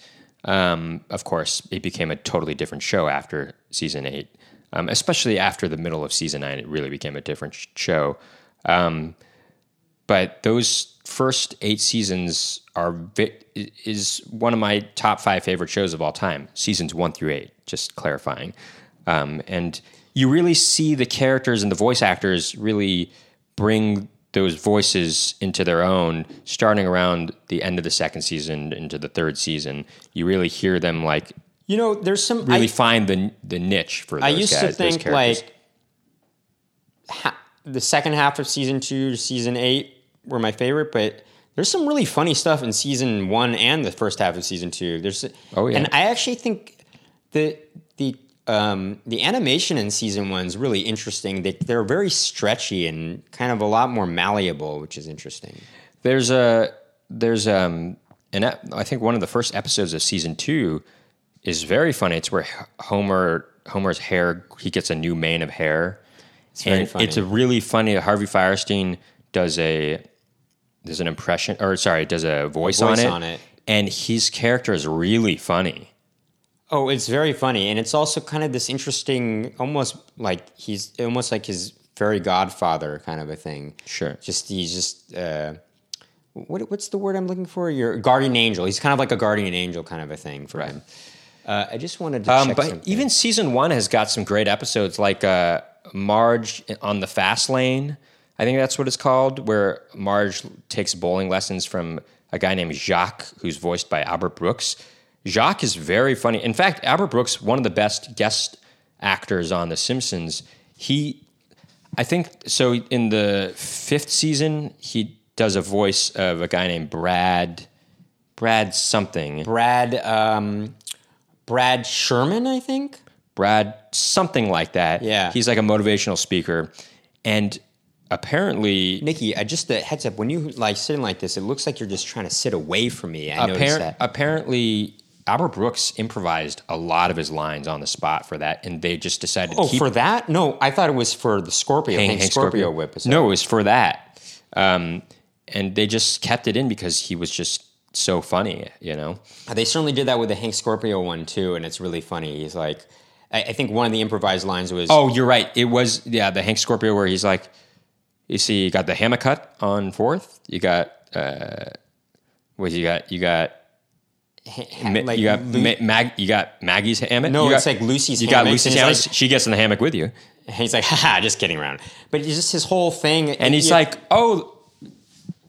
Speaker 1: Um, of course, it became a totally different show after season eight, um, especially after the middle of season nine. It really became a different sh- show. Um, but those first eight seasons are vi- i- is one of my top five favorite shows of all time. Seasons one through eight, just clarifying. Um, and you really see the characters and the voice actors really bring those voices into their own, starting around the end of the second season into the third season. You really hear them like
Speaker 2: you know, there's some
Speaker 1: really
Speaker 2: I,
Speaker 1: find the the niche for those
Speaker 2: I used
Speaker 1: guys.
Speaker 2: to
Speaker 1: those
Speaker 2: think
Speaker 1: characters.
Speaker 2: like ha- the second half of season two to season eight were my favorite, but there's some really funny stuff in season one and the first half of season two. There's
Speaker 1: Oh, yeah.
Speaker 2: and I actually think the the um, the animation in season one is really interesting. They, they're very stretchy and kind of a lot more malleable, which is interesting.
Speaker 1: There's a there's um an ep- I think one of the first episodes of season two is very funny. It's where H- Homer Homer's hair he gets a new mane of hair. It's
Speaker 2: very funny.
Speaker 1: It's a really funny. Harvey Firestein does a does an impression or sorry does a voice, on,
Speaker 2: voice
Speaker 1: it,
Speaker 2: on it.
Speaker 1: and his character is really funny.
Speaker 2: Oh, it's very funny, and it's also kind of this interesting, almost like he's almost like his fairy godfather kind of a thing.
Speaker 1: Sure.
Speaker 2: Just he's just uh, what what's the word I'm looking for? Your guardian angel. He's kind of like a guardian angel kind of a thing for him. Uh, I just wanted to
Speaker 1: Um,
Speaker 2: check
Speaker 1: but
Speaker 2: something.
Speaker 1: even season one has got some great episodes, like uh, Marge on the Fast Lane. I think that's what it's called, where Marge takes bowling lessons from a guy named Jacques, who's voiced by Albert Brooks. Jacques is very funny. In fact, Albert Brooks, one of the best guest actors on The Simpsons, he I think so. In the fifth season, he does a voice of a guy named Brad, Brad something,
Speaker 2: Brad um, Brad Sherman, I think.
Speaker 1: Brad, something like that.
Speaker 2: Yeah.
Speaker 1: He's like a motivational speaker. And apparently,
Speaker 2: Nikki, I just a heads up. When you like sitting like this, it looks like you're just trying to sit away from me. I noticed
Speaker 1: appar-
Speaker 2: that.
Speaker 1: apparently, Albert Brooks improvised a lot of his lines on the spot for that. And they just decided
Speaker 2: Oh,
Speaker 1: to keep
Speaker 2: for that? No, I thought it was for the Scorpio.
Speaker 1: Hank-
Speaker 2: Hank
Speaker 1: Hank
Speaker 2: Scorpio, whip. episode.
Speaker 1: No, it was for that. Um, and they just kept it in because he was just so funny, you know?
Speaker 2: They certainly did that with the Hank Scorpio one too, and it's really funny. He's like, I, I think one of the improvised lines was,
Speaker 1: Oh, you're right. It was yeah, the Hank Scorpio where he's like, you see, you got the hammer cut on fourth. You got uh, what you got? You got ma-
Speaker 2: like
Speaker 1: you got
Speaker 2: Lu-
Speaker 1: ma- Mag, you got Maggie's hammock.
Speaker 2: No,
Speaker 1: you
Speaker 2: it's
Speaker 1: got-
Speaker 2: like Lucy's
Speaker 1: You got
Speaker 2: hammock,
Speaker 1: Lucy's
Speaker 2: and
Speaker 1: hammock.
Speaker 2: it's
Speaker 1: she gets in the hammock with you,
Speaker 2: and he's like, haha, just kidding around. But it's just his whole thing,
Speaker 1: and he's like, oh,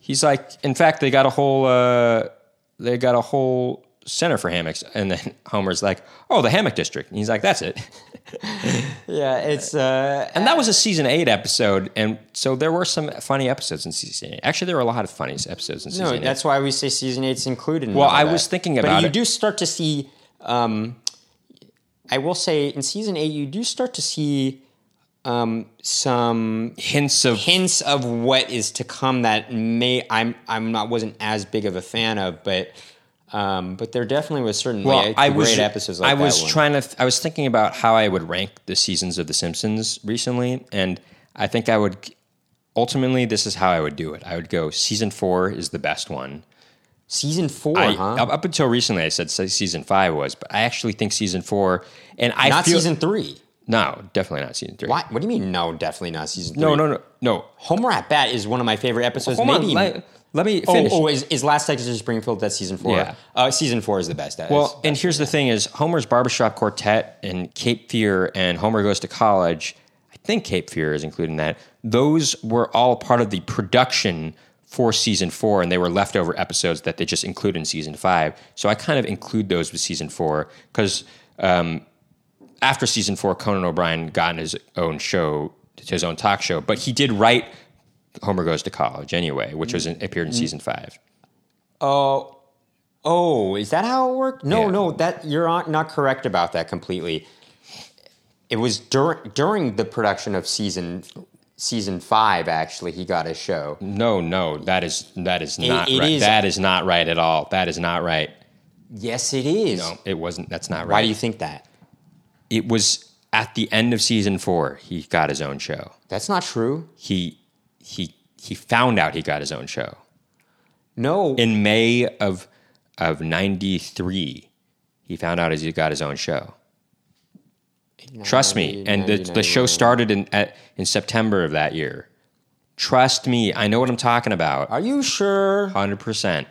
Speaker 1: he's like. In fact, they got a whole uh, they got a whole center for hammocks, and then Homer's like, oh, the hammock district, and he's like, that's it.
Speaker 2: yeah, it's uh,
Speaker 1: And that was a season eight episode, and so there were some funny episodes in season eight. Actually, there were a lot of funny episodes in season
Speaker 2: no,
Speaker 1: eight.
Speaker 2: that's why we say season eight's included. in
Speaker 1: Well,
Speaker 2: all
Speaker 1: I
Speaker 2: that.
Speaker 1: was thinking
Speaker 2: but
Speaker 1: about
Speaker 2: you
Speaker 1: it.
Speaker 2: do start to see. Um, I will say in season eight, you do start to see um, some
Speaker 1: hints of
Speaker 2: hints of what is to come that may I'm I'm not wasn't as big of a fan of, but um, but there definitely was certainly
Speaker 1: well,
Speaker 2: a
Speaker 1: I
Speaker 2: great
Speaker 1: was
Speaker 2: episodes like
Speaker 1: I was
Speaker 2: that one.
Speaker 1: trying to. I was thinking about how I would rank the seasons of The Simpsons recently, and I think I would. Ultimately, this is how I would do it. I would go season four is the best one.
Speaker 2: Season four,
Speaker 1: I,
Speaker 2: huh?
Speaker 1: up, up until recently, I said se- season five was, but I actually think season four, and I
Speaker 2: not
Speaker 1: feel
Speaker 2: season three.
Speaker 1: no, definitely not season three.
Speaker 2: What? What do you mean? No, definitely not season three.
Speaker 1: No, no, no, no.
Speaker 2: Homer at Bat is one of my favorite episodes.
Speaker 1: Hold
Speaker 2: Maybe.
Speaker 1: on, let, let me
Speaker 2: oh,
Speaker 1: finish.
Speaker 2: oh, is, is Last Exit to Springfield that season four?
Speaker 1: Yeah.
Speaker 2: Uh, season four is the best. That
Speaker 1: Well, and here's the thing: is Homer's barbershop quartet and Cape Fear and Homer Goes to College. I think Cape Fear is included in that. Those were all part of the production for season four, and they were leftover episodes that they just include in season five. So I kind of include those with season four because after season four, Conan O'Brien got in his own show, his own talk show, but he did write Homer Goes to College anyway, which was in, appeared in season five.
Speaker 2: Oh, oh, is that how it worked? No,
Speaker 1: Yeah.
Speaker 2: no, that you're not, not correct about that completely. It was during during the production of season season five. Actually, he got a show.
Speaker 1: No, no, that is that is not
Speaker 2: it
Speaker 1: right.
Speaker 2: is-
Speaker 1: That is not right at all. That is not right.
Speaker 2: Yes, it is.
Speaker 1: No, it wasn't. That's not right.
Speaker 2: Why do you think that?
Speaker 1: it was at the end of season four. He got his own show.
Speaker 2: That's not true.
Speaker 1: He he he found out he got his own show
Speaker 2: No,
Speaker 1: in May of of ninety three. He found out as he got his own show. Trust me, and the the show started in at, in September of that year. Trust me, I know what I'm talking about.
Speaker 2: Are you sure?
Speaker 1: Hundred percent.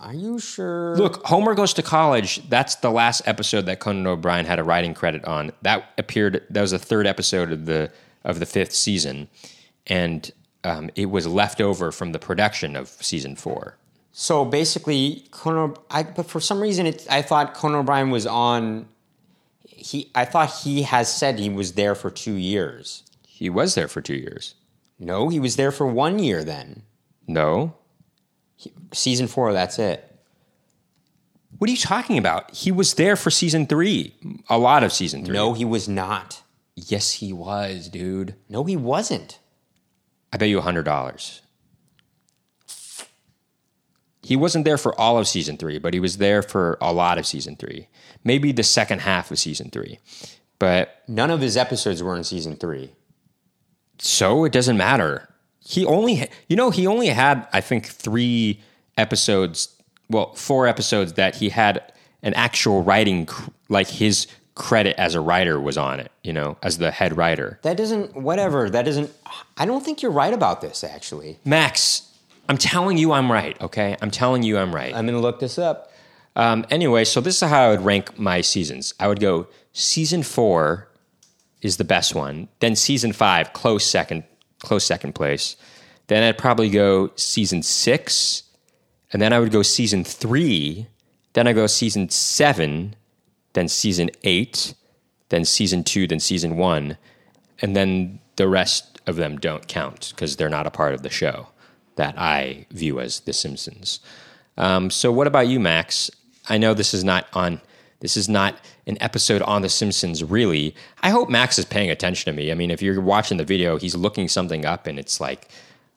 Speaker 2: Are you sure?
Speaker 1: Look, Homer Goes to College, that's the last episode that Conan O'Brien had a writing credit on. That appeared that was the third episode of the of the fifth season. And um, it was left over from the production of season four.
Speaker 2: So basically, Conan. I, but for some reason, it, I thought Conan O'Brien was on. He, I thought he has said he was there for two years.
Speaker 1: He was there for two years.
Speaker 2: No, he was there for one year. Then
Speaker 1: No.
Speaker 2: season four. That's it.
Speaker 1: What are you talking about? He was there for season three. A lot of season three.
Speaker 2: No, he was not.
Speaker 1: Yes, he was, dude.
Speaker 2: No, he wasn't.
Speaker 1: I bet you $100. He wasn't there for all of season three, but he was there for a lot of season three. Maybe the second half of season three. But
Speaker 2: None of his episodes were in season three.
Speaker 1: so it doesn't matter. He only, you know, he only had, I think, three episodes, well, four episodes that he had an actual writing, cr- like his credit as a writer was on it, you know, as the head writer.
Speaker 2: That doesn't. Whatever. That doesn't. I don't think you're right about this. Actually,
Speaker 1: Max, I'm telling you I'm right, okay? I'm telling you I'm right.
Speaker 2: I'm gonna look this up.
Speaker 1: Um, anyway, so this is how I would rank my seasons. I would go season four is the best one, then season five, close second, close second place. Then I'd probably go season six, and then I would go season three, then I go season seven, then season eight, then season two, then season one, and then the rest of them don't count because they're not a part of the show that I view as The Simpsons. Um, so, what about you, Max? I know this is not on. This is not an episode on The Simpsons, really. I hope Max is paying attention to me. I mean, if you're watching the video, he's looking something up, and it's like,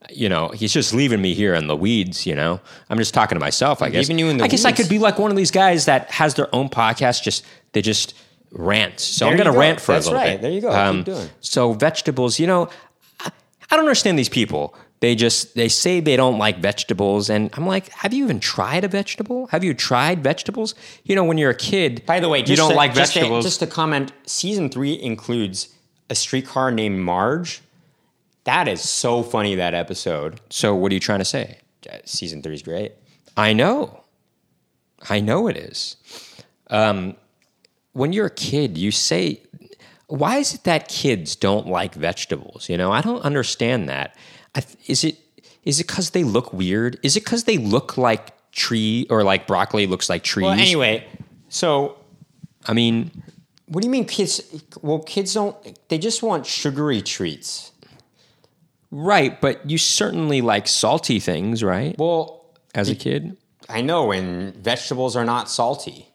Speaker 1: you know, he's just leaving me here in the weeds. You know, I'm just talking to myself. I guess.
Speaker 2: leaving you in the
Speaker 1: I guess I
Speaker 2: weeds.
Speaker 1: could be like one of these guys that has their own podcast. Just they just rant. So I'm
Speaker 2: There you
Speaker 1: going to
Speaker 2: go.
Speaker 1: rant for
Speaker 2: That's
Speaker 1: a little bit.
Speaker 2: right.
Speaker 1: Um,
Speaker 2: There you go. Keep doing.
Speaker 1: So vegetables, you know, I, I don't understand these people. They just they say they don't like vegetables, and I'm like, have you even tried a vegetable? Have you tried vegetables? You know, when you're a kid,
Speaker 2: By the way,
Speaker 1: you
Speaker 2: just
Speaker 1: don't
Speaker 2: to-
Speaker 1: like
Speaker 2: just to-
Speaker 1: vegetables.
Speaker 2: Just to comment, season three includes a streetcar named Marge. That is so funny. That episode.
Speaker 1: so what are you trying to say?
Speaker 2: Uh, Season three is great.
Speaker 1: I know. I know it is. Um, when you're a kid, you say, why is it that kids don't like vegetables? You know, I don't understand that. I th- is it is it because they look weird? Is it because they look like tree or like broccoli looks like trees?
Speaker 2: Well, anyway, so
Speaker 1: I mean,
Speaker 2: what do you mean kids? Well, kids don't. They just want sugary treats.
Speaker 1: right, but you certainly like salty things, right?
Speaker 2: Well,
Speaker 1: As a kid,
Speaker 2: I know, and vegetables are not salty.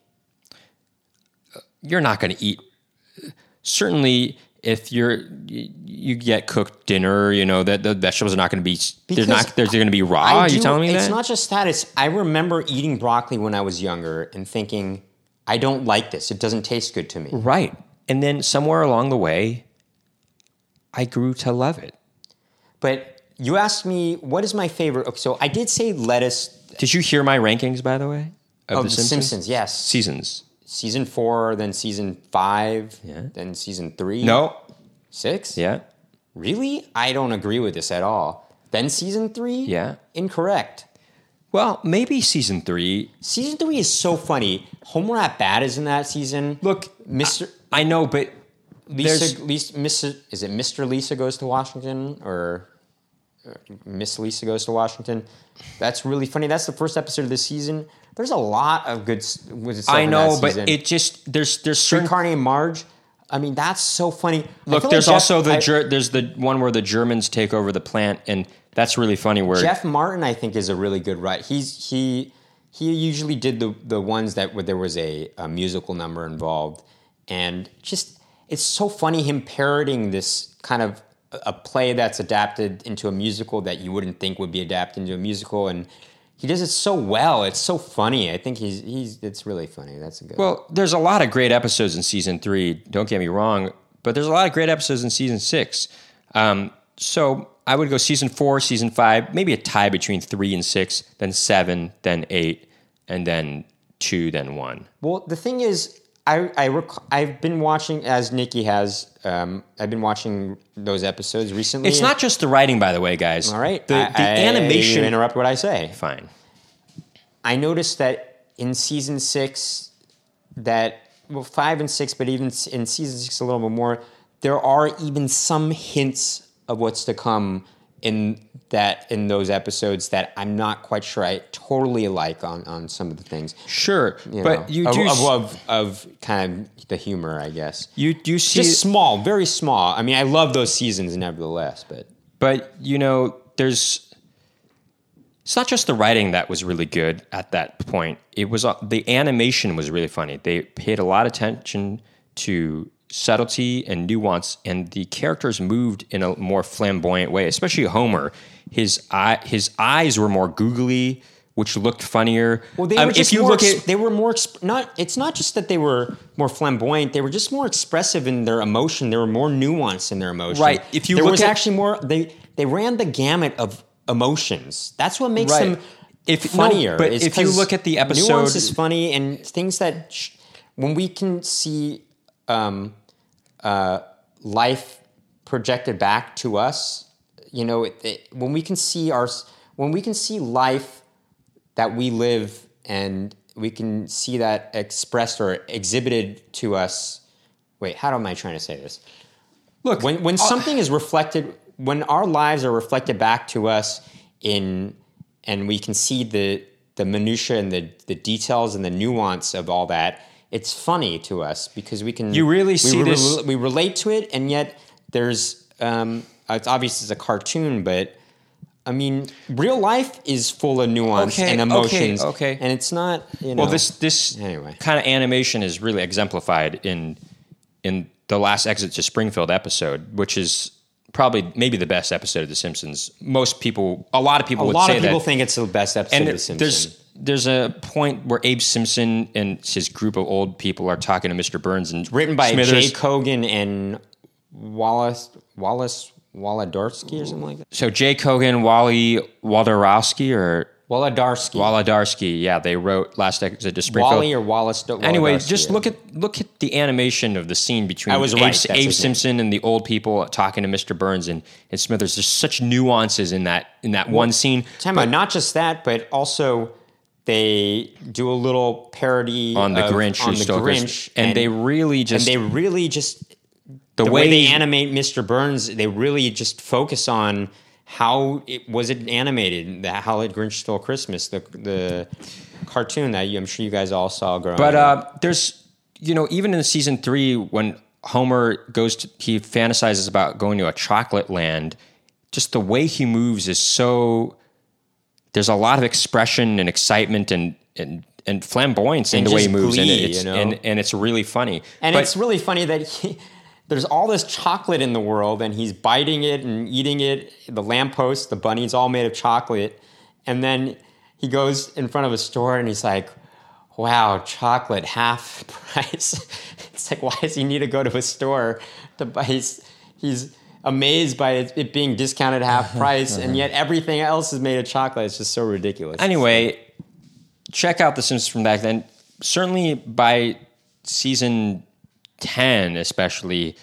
Speaker 1: you're not going to eat. Certainly, if you're you, you get cooked dinner, you know that the vegetables are not going to be they're
Speaker 2: Because
Speaker 1: not they're going to be raw.
Speaker 2: I
Speaker 1: are Ah, you
Speaker 2: do-
Speaker 1: telling me
Speaker 2: it's
Speaker 1: that?
Speaker 2: not just that. It's I remember eating broccoli when I was younger and thinking, I don't like this. It doesn't taste good to me.
Speaker 1: right. And then somewhere along the way, I grew to love it.
Speaker 2: But you asked me what is my favorite. Okay, so I did say lettuce
Speaker 1: Did you hear my rankings, by the way,
Speaker 2: of The Simpsons. Yes,
Speaker 1: seasons?
Speaker 2: season four, then season five,
Speaker 1: Yeah.
Speaker 2: then season three.
Speaker 1: No.
Speaker 2: six.
Speaker 1: Yeah.
Speaker 2: really, I don't agree with this at all. Then season three.
Speaker 1: Yeah.
Speaker 2: incorrect.
Speaker 1: Well, maybe season three.
Speaker 2: Season three is so funny. Homer at bat is in that season.
Speaker 1: Look,
Speaker 2: Mister.
Speaker 1: I know, but
Speaker 2: Lisa, Lisa, Mrs. Is it Mr. Lisa goes to Washington or or Miss Lisa goes to Washington? That's really funny. That's the first episode of this season. There's a lot of good. s- With stuff
Speaker 1: I
Speaker 2: in
Speaker 1: know,
Speaker 2: that
Speaker 1: but
Speaker 2: season.
Speaker 1: it just there's there's
Speaker 2: Sweet
Speaker 1: certain
Speaker 2: Carney and Marge. I mean, that's so funny. I feel
Speaker 1: look.
Speaker 2: like
Speaker 1: There's
Speaker 2: Jeff-
Speaker 1: also the
Speaker 2: I-
Speaker 1: Ger- there's the one where the Germans take over the plant, and that's really funny. Where
Speaker 2: Jeff Martin, I think, is a really good writer. He's he he usually did the the ones that where there was a, a musical number involved, and just it's so funny him parroting this kind of a- a play that's adapted into a musical that you wouldn't think would be adapted into a musical, and he does it so well. It's so funny. I think he's he's it's really funny. That's a good.
Speaker 1: Well, there's a lot of great episodes in season three. Don't get me wrong, but there's a lot of great episodes in season six. Um, so I would go season four, season five, maybe a tie between three and six, then seven, then eight, and then two, then one.
Speaker 2: Well, the thing is, I, I rec- I've been watching as Nikki has. Um, I've been watching those episodes recently.
Speaker 1: It's
Speaker 2: and-
Speaker 1: not just the writing, by the way, guys.
Speaker 2: all right.
Speaker 1: The,
Speaker 2: I-
Speaker 1: the
Speaker 2: I-
Speaker 1: animation.
Speaker 2: You interrupt what I say.
Speaker 1: Fine.
Speaker 2: I noticed that in season six, that well, five and six, but even s- in season six a little bit more, there are even some hints of what's to come in that in those episodes that I'm not quite sure I totally like on on some of the things.
Speaker 1: Sure,
Speaker 2: you
Speaker 1: but
Speaker 2: know,
Speaker 1: you
Speaker 2: of,
Speaker 1: do
Speaker 2: of,
Speaker 1: s-
Speaker 2: of of kind of the humor, I guess.
Speaker 1: you do see
Speaker 2: just small, very small. I mean, I love those seasons nevertheless, but
Speaker 1: but you know there's it's not just the writing that was really good at that point it was uh, the animation was really funny they paid a lot of attention to subtlety and nuance and the characters moved in a more flamboyant way especially homer his eye his eyes were more googly which looked funnier
Speaker 2: well, they
Speaker 1: Um,
Speaker 2: were just
Speaker 1: if you
Speaker 2: more,
Speaker 1: look
Speaker 2: ex-
Speaker 1: at
Speaker 2: they were more exp- not. It's not just that they were more flamboyant; they were just more expressive in their emotion. They were more nuanced in their emotion.
Speaker 1: Right. If you
Speaker 2: there
Speaker 1: look
Speaker 2: was
Speaker 1: at-
Speaker 2: actually more, they they ran the gamut of emotions. That's what makes
Speaker 1: Right.
Speaker 2: them
Speaker 1: If- no,
Speaker 2: funnier.
Speaker 1: but
Speaker 2: is
Speaker 1: if you
Speaker 2: 'cause
Speaker 1: look at the episode-
Speaker 2: nuance is funny, and things that sh- when we can see um, uh, life projected back to us, you know, it, it, when we can see our when we can see life that we live and we can see that expressed or exhibited to us. Wait, how am I trying to say this?
Speaker 1: look
Speaker 2: When when something is reflected, when our lives are reflected back to us in, and we can see the the minutia and the the details and the nuance of all that, it's funny to us because we can.
Speaker 1: You really
Speaker 2: we
Speaker 1: see this-
Speaker 2: We relate to it, and yet there's. Um, it's obvious it's a cartoon, but I mean, real life is full of nuance
Speaker 1: Okay,
Speaker 2: and
Speaker 1: okay,
Speaker 2: emotions.
Speaker 1: okay.
Speaker 2: and it's not. You know,
Speaker 1: Well, this this
Speaker 2: Anyway.
Speaker 1: kind of animation is really exemplified in in the last exit to Springfield episode, which is probably maybe the best episode of The Simpsons. Most people, a lot of people,
Speaker 2: A
Speaker 1: would
Speaker 2: lot
Speaker 1: say
Speaker 2: of people
Speaker 1: that.
Speaker 2: think it's the best episode
Speaker 1: and
Speaker 2: of The
Speaker 1: there-
Speaker 2: Simpsons.
Speaker 1: there's there's a point where Abe Simpson and his group of old people are talking to Mr. Burns and
Speaker 2: written by
Speaker 1: Smithers.
Speaker 2: Jay Cogan and Wallace Wallace Waladorsky or something like that.
Speaker 1: so Jay Kogan, Wally Walderowski, or
Speaker 2: Waladorsky.
Speaker 1: Waladarski. Yeah, they wrote last exit to Springfield.
Speaker 2: Wally or Wallace. Do-
Speaker 1: Anyway,
Speaker 2: Waladorsky,
Speaker 1: just
Speaker 2: yeah.
Speaker 1: look at look at the animation of the scene between
Speaker 2: I was
Speaker 1: Abe,
Speaker 2: right, that's
Speaker 1: Abe
Speaker 2: his name.
Speaker 1: Simpson and the old people talking to Mr. Burns and, and Smithers. There's such nuances in that in that one scene.
Speaker 2: Time out. Not just that, but also they do a little parody
Speaker 1: on the
Speaker 2: of-
Speaker 1: Grinch,
Speaker 2: uh, on
Speaker 1: who
Speaker 2: the
Speaker 1: stole Christmas.
Speaker 2: Grinch,
Speaker 1: and, they really
Speaker 2: and
Speaker 1: just
Speaker 2: they really just
Speaker 1: the,
Speaker 2: the
Speaker 1: way,
Speaker 2: way they animate Mr. Burns, they really just focus on how it was it animated, the How It Grinch Stole Christmas, the the cartoon that you, I'm sure you guys all saw growing
Speaker 1: But
Speaker 2: up.
Speaker 1: uh, there's, you know, even in season three, when Homer goes to, he fantasizes about going to a chocolate land, just the way he moves is so, there's a lot of expression and excitement and, and, and flamboyance in
Speaker 2: And
Speaker 1: the way he
Speaker 2: just
Speaker 1: moves. and,
Speaker 2: glee,
Speaker 1: it's,
Speaker 2: you know?
Speaker 1: and, and it's really funny.
Speaker 2: And
Speaker 1: But-
Speaker 2: it's really funny that he, there's all this chocolate in the world, and he's biting it and eating it. The lamppost, the bunny's all made of chocolate. And then he goes in front of a store and he's like, wow, chocolate, half price. it's like, why does he need to go to a store to buy? He's, he's amazed by it, it being discounted half price, and yet everything else is made of chocolate. It's just so ridiculous.
Speaker 1: anyway, check out The Simpsons from back then. Certainly by season 10, especially,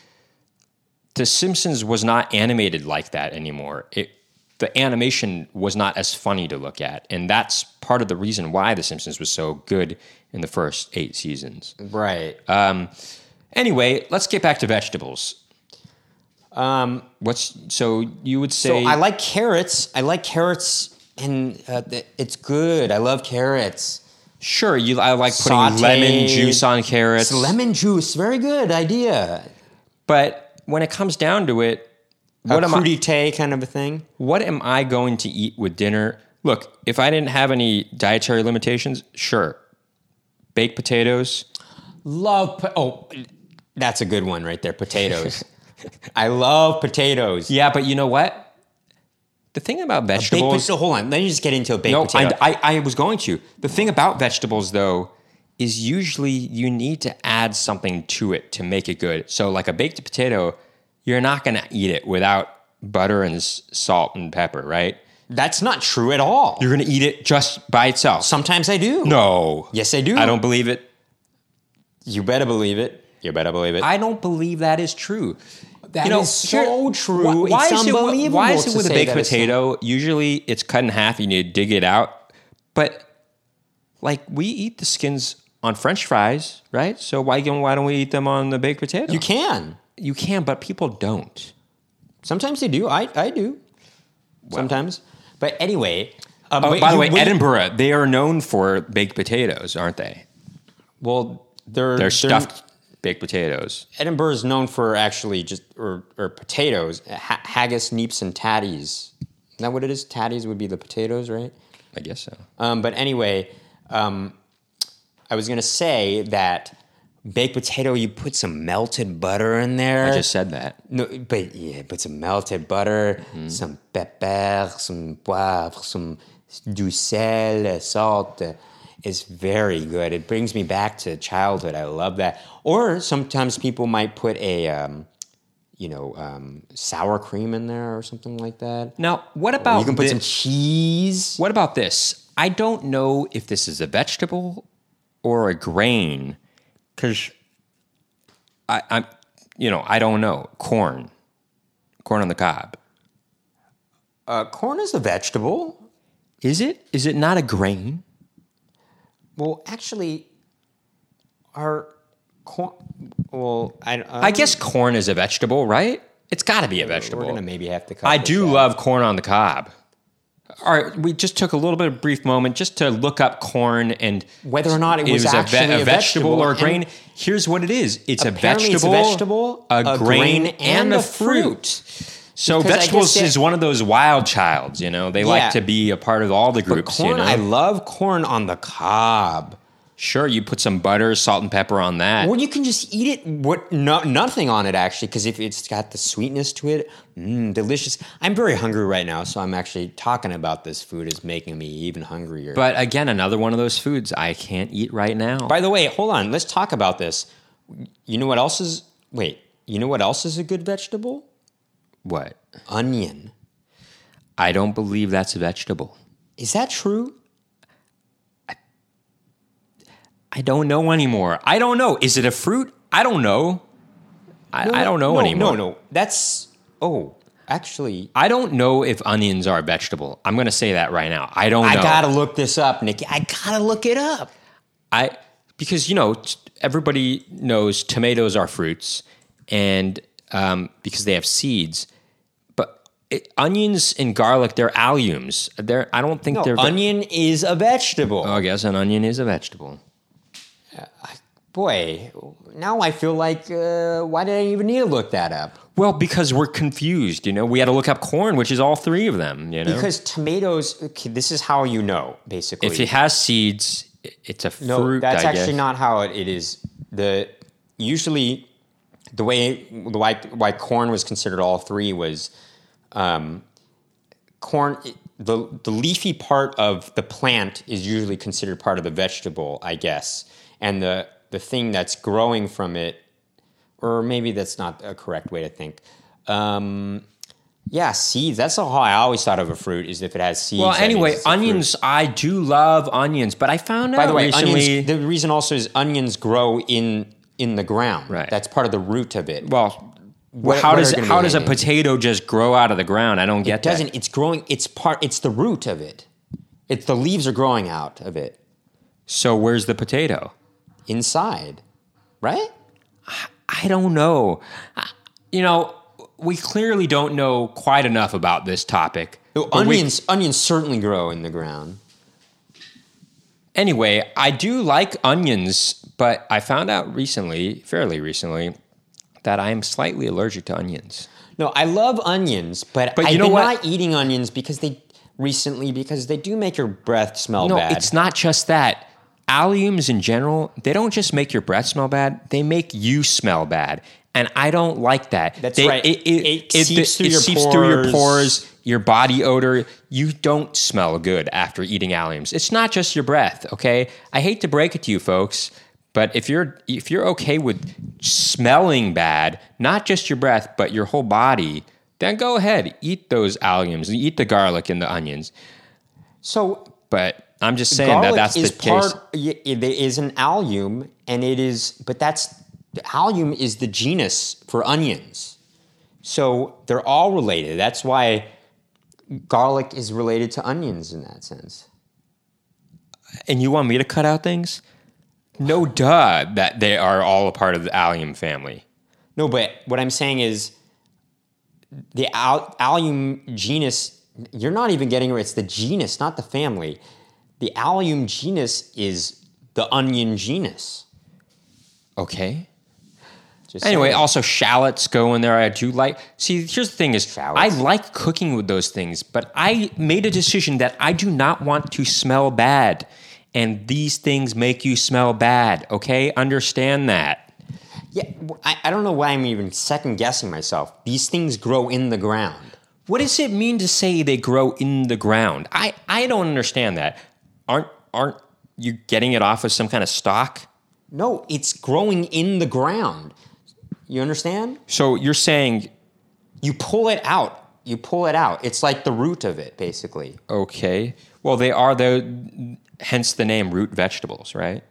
Speaker 1: The Simpsons was not animated like that anymore. It, the animation was not as funny to look at. And that's part of the
Speaker 2: Mm-hmm.
Speaker 1: reason why The Simpsons was so good in the first eight seasons.
Speaker 2: right.
Speaker 1: Um, Anyway, let's get back to vegetables. Um, what's so you would
Speaker 2: So
Speaker 1: say?
Speaker 2: I like carrots. I like carrots, and uh, th- it's good. I love carrots.
Speaker 1: sure, you. I like putting
Speaker 2: Sauteed.
Speaker 1: lemon juice on carrots.
Speaker 2: It's lemon juice, very good idea.
Speaker 1: But when it comes down to it, what
Speaker 2: a
Speaker 1: am I?
Speaker 2: crudité kind of a thing.
Speaker 1: what am I going to eat with dinner? Look, if I didn't have any dietary limitations, sure. Baked potatoes.
Speaker 2: Love. Po- oh, that's a good one right there. Potatoes. I love potatoes.
Speaker 1: Yeah, but you know what? The thing about
Speaker 2: Baked
Speaker 1: vegetables.
Speaker 2: potato. Hold on. Let me just get into a baked
Speaker 1: no,
Speaker 2: potato.
Speaker 1: I, I, I was going to. The thing about vegetables, though, is usually you need to add something to it to make it good. So, like a baked potato, you're not going to eat it without butter and s- salt and pepper, right?
Speaker 2: that's not true at all.
Speaker 1: You're going to eat it just by itself.
Speaker 2: Sometimes I do.
Speaker 1: no.
Speaker 2: Yes, I do.
Speaker 1: I don't believe it.
Speaker 2: You better believe it. You better believe it.
Speaker 1: I don't believe that is true. That
Speaker 2: That
Speaker 1: is
Speaker 2: is so true.
Speaker 1: Why, why
Speaker 2: It's
Speaker 1: is it, wi-
Speaker 2: unbelievable
Speaker 1: why is it
Speaker 2: to
Speaker 1: with a
Speaker 2: say
Speaker 1: baked
Speaker 2: that it's not.
Speaker 1: potato? Usually it's cut in half and you dig it out. But like we eat the skins on French fries, right? So why can why don't we eat them on the baked potato?
Speaker 2: you can.
Speaker 1: you can, but people don't.
Speaker 2: Sometimes they do. I, I do. Sometimes. But anyway. Um,
Speaker 1: Oh,
Speaker 2: wait,
Speaker 1: by the
Speaker 2: you-
Speaker 1: way,
Speaker 2: wait,
Speaker 1: Edinburgh, they are known for baked potatoes, aren't they?
Speaker 2: Well, they're,
Speaker 1: They're stuffed baked potatoes.
Speaker 2: Edinburgh is known for actually just or, or potatoes, ha- haggis, neeps, and tatties. Isn't that what it is? Tatties would be the potatoes, right?
Speaker 1: I guess so.
Speaker 2: Um, but anyway, um, I was gonna say that baked potato. You put some melted butter in there.
Speaker 1: I just said that.
Speaker 2: No, but yeah, but some melted butter,
Speaker 1: Mm-hmm.
Speaker 2: some pepper, some poivre, some du sel, uh, salt. uh, It's very good. It brings me back to childhood. I love that. Or sometimes people might put a, um, you know, um, sour cream in there or something like that.
Speaker 1: Now, what about
Speaker 2: you can put
Speaker 1: thi-
Speaker 2: some cheese.
Speaker 1: What about this? I don't know if this is a vegetable or a grain, because I, I'm, you know, I don't know. Corn, corn on the cob.
Speaker 2: Uh, corn is a vegetable.
Speaker 1: Is it? Is it not a grain?
Speaker 2: Well, actually, our corn. Well, I, uh,
Speaker 1: I guess corn is a vegetable, right? It's got to be a
Speaker 2: we're
Speaker 1: vegetable.
Speaker 2: gonna maybe have to. Cut
Speaker 1: I
Speaker 2: this
Speaker 1: do
Speaker 2: out.
Speaker 1: love corn on the cob. All right, we just took a little bit of brief moment just to look up corn and
Speaker 2: Whether or not it was
Speaker 1: a,
Speaker 2: actually a
Speaker 1: a vegetable or a
Speaker 2: vegetable,
Speaker 1: grain.
Speaker 2: and-
Speaker 1: Here's what it is: it's a
Speaker 2: Apparently
Speaker 1: vegetable,
Speaker 2: it's a vegetable,
Speaker 1: a,
Speaker 2: a
Speaker 1: grain,
Speaker 2: grain,
Speaker 1: and,
Speaker 2: and
Speaker 1: a
Speaker 2: a
Speaker 1: fruit. So
Speaker 2: Because I
Speaker 1: vegetables
Speaker 2: guess it-
Speaker 1: is one of those wild childs. You know, they
Speaker 2: Yeah.
Speaker 1: like to be a part of all the groups.
Speaker 2: corn.
Speaker 1: you know,
Speaker 2: I love corn on the cob.
Speaker 1: sure you put some butter, salt, and pepper on that.
Speaker 2: Or you can just eat it. What? No, nothing on it actually, because if it's got the sweetness to it, mm, delicious. I'm very hungry right now, so I'm actually talking about this food is making me even hungrier.
Speaker 1: But again, another one of those foods I can't eat right now.
Speaker 2: By the way, hold on. Let's talk about this. You know what else is? Wait. You know what else is a good vegetable?
Speaker 1: what?
Speaker 2: Onion.
Speaker 1: I don't believe that's a vegetable.
Speaker 2: Is that true?
Speaker 1: I don't know anymore. I don't know. Is it a fruit? I don't know. I, I don't know
Speaker 2: no,
Speaker 1: anymore.
Speaker 2: No, no. That's oh, actually,
Speaker 1: I don't know if onions are a vegetable. I'm going to say that right now. I don't
Speaker 2: I
Speaker 1: know.
Speaker 2: gotta look this up, Nikki. I gotta look it up.
Speaker 1: I because you know t- everybody knows tomatoes are fruits, and um, because they have seeds, but it, onions and garlic they're alliums. They're I don't think
Speaker 2: No,
Speaker 1: they're. ve-
Speaker 2: onion is a vegetable.
Speaker 1: oh, I guess an onion is a vegetable.
Speaker 2: Boy, now I feel like uh, why did I even need to look that up?
Speaker 1: Well, because we're confused. You know, we had to look up corn, which is all three of them. You know,
Speaker 2: Because tomatoes. Okay, this is how you know, basically.
Speaker 1: if it has seeds, i- it's a
Speaker 2: No,
Speaker 1: fruit.
Speaker 2: that's
Speaker 1: I
Speaker 2: actually
Speaker 1: guess.
Speaker 2: not how it, it is. The usually the way the why, why corn was considered all three was um, corn. The the leafy part of the plant is usually considered part of the vegetable, I guess, and the the thing that's growing from it, or maybe that's not a correct way to think. Um, yeah, seeds. That's how I always thought of a fruit is if it has seeds.
Speaker 1: Well,
Speaker 2: that means
Speaker 1: anyway,
Speaker 2: it's a fruit.
Speaker 1: onions. I do love onions, but I found out
Speaker 2: By the way,
Speaker 1: recently.
Speaker 2: onions, the reason also is onions grow in in the ground.
Speaker 1: Right.
Speaker 2: That's part of the root of it.
Speaker 1: well,
Speaker 2: What-
Speaker 1: how
Speaker 2: what
Speaker 1: does
Speaker 2: are gonna
Speaker 1: how
Speaker 2: be
Speaker 1: does a
Speaker 2: hanging?
Speaker 1: potato just grow out of the ground? I don't get
Speaker 2: it doesn't. It's growing. It's part. It's the root of it. It's the leaves are growing out of it
Speaker 1: that. So where's the potato?
Speaker 2: inside, right?
Speaker 1: I don't know. I- You know, we clearly don't know quite enough about this topic.
Speaker 2: Though
Speaker 1: but we-
Speaker 2: onions, onions certainly grow in the ground.
Speaker 1: Anyway, I do like onions, but I found out recently, fairly recently, that I am slightly allergic to onions.
Speaker 2: No, I love onions, but,
Speaker 1: But you
Speaker 2: I've
Speaker 1: know
Speaker 2: been
Speaker 1: what?
Speaker 2: not eating onions because they recently because they do make your breath smell
Speaker 1: No,
Speaker 2: bad.
Speaker 1: it's not just that. Alliums in general, they don't just make your breath smell bad, they make you smell bad. And I don't like that.
Speaker 2: That's
Speaker 1: They-
Speaker 2: right.
Speaker 1: It, it,
Speaker 2: It
Speaker 1: it-
Speaker 2: seeps through
Speaker 1: it
Speaker 2: your
Speaker 1: seeps through your
Speaker 2: pores.
Speaker 1: pores, your body odor. You don't smell good after eating alliums. It's not just your breath, okay? I hate to break it to you folks, but if you're if you're okay with smelling bad, not just your breath, but your whole body, then go ahead, eat those alliums, eat the garlic and the onions.
Speaker 2: so
Speaker 1: But I'm just saying
Speaker 2: garlic
Speaker 1: that that's
Speaker 2: is
Speaker 1: the
Speaker 2: part.
Speaker 1: case.
Speaker 2: y- It is an allium, and it is, but that's allium is the genus for onions. So they're all related. That's why garlic is related to onions in that sense.
Speaker 1: And you want me to cut out things? No duh that they are all a part of the allium family.
Speaker 2: No, but what I'm saying is the al- allium genus, you're not even getting it. right. It's the genus, not the family. The allium genus is the onion genus.
Speaker 1: Okay.
Speaker 2: Just
Speaker 1: Anyway,
Speaker 2: saying.
Speaker 1: also shallots go in there. I do like. See, here's the thing: is
Speaker 2: Shallots.
Speaker 1: I like cooking with those things, but I made a decision that I do not want to smell bad, and these things make you smell bad. Okay, understand that.
Speaker 2: yeah, w- I, I don't know why I'm even second guessing myself. These things grow in the ground.
Speaker 1: What does it mean to say they grow in the ground? I, I don't understand that. Aren't aren't you getting it off of some kind of stock?
Speaker 2: No, it's growing in the ground. You understand?
Speaker 1: So you're saying
Speaker 2: You pull it out. You pull it out. It's like the root of it, basically.
Speaker 1: okay? Well, they are the hence the name root vegetables, right?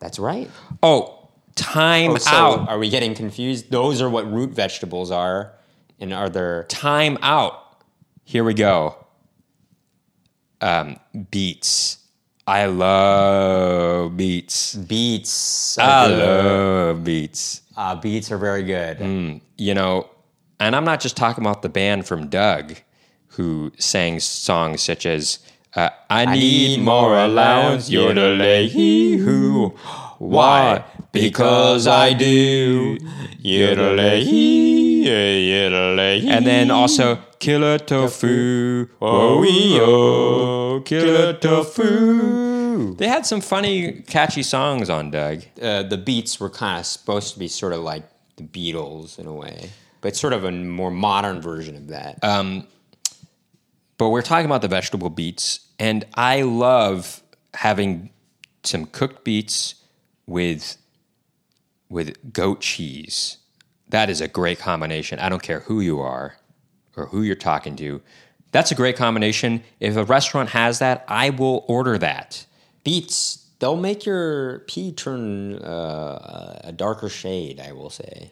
Speaker 2: That's right.
Speaker 1: Oh, time
Speaker 2: Oh, so
Speaker 1: out.
Speaker 2: Are we getting confused? Those are what root vegetables are, and are there?
Speaker 1: time out. Here we go. Um, beets. I love beets.
Speaker 2: Beets.
Speaker 1: I
Speaker 2: Are good.
Speaker 1: love beets.
Speaker 2: Uh, beets are very good.
Speaker 1: Mm. You know, and I'm not just talking about the band from Doug, who sang songs such as uh, "I, need, more allowance." You're the lady who. Why? Because I do. Yiddle-ay, And then also killer tofu. Oh, oh, killer tofu. They had some funny, catchy songs on Doug.
Speaker 2: Uh, the beets were kind of supposed to be sort of like the Beatles in a way, but sort of a more modern version of that.
Speaker 1: Uh, but we're talking about the vegetable beets, and I love having some cooked beets with with goat cheese. That is a great combination. I don't care who you are or who you're talking to. That's a great combination. If a restaurant has that, I will order that.
Speaker 2: beets. They'll make your pee turn uh, a darker shade, I will say.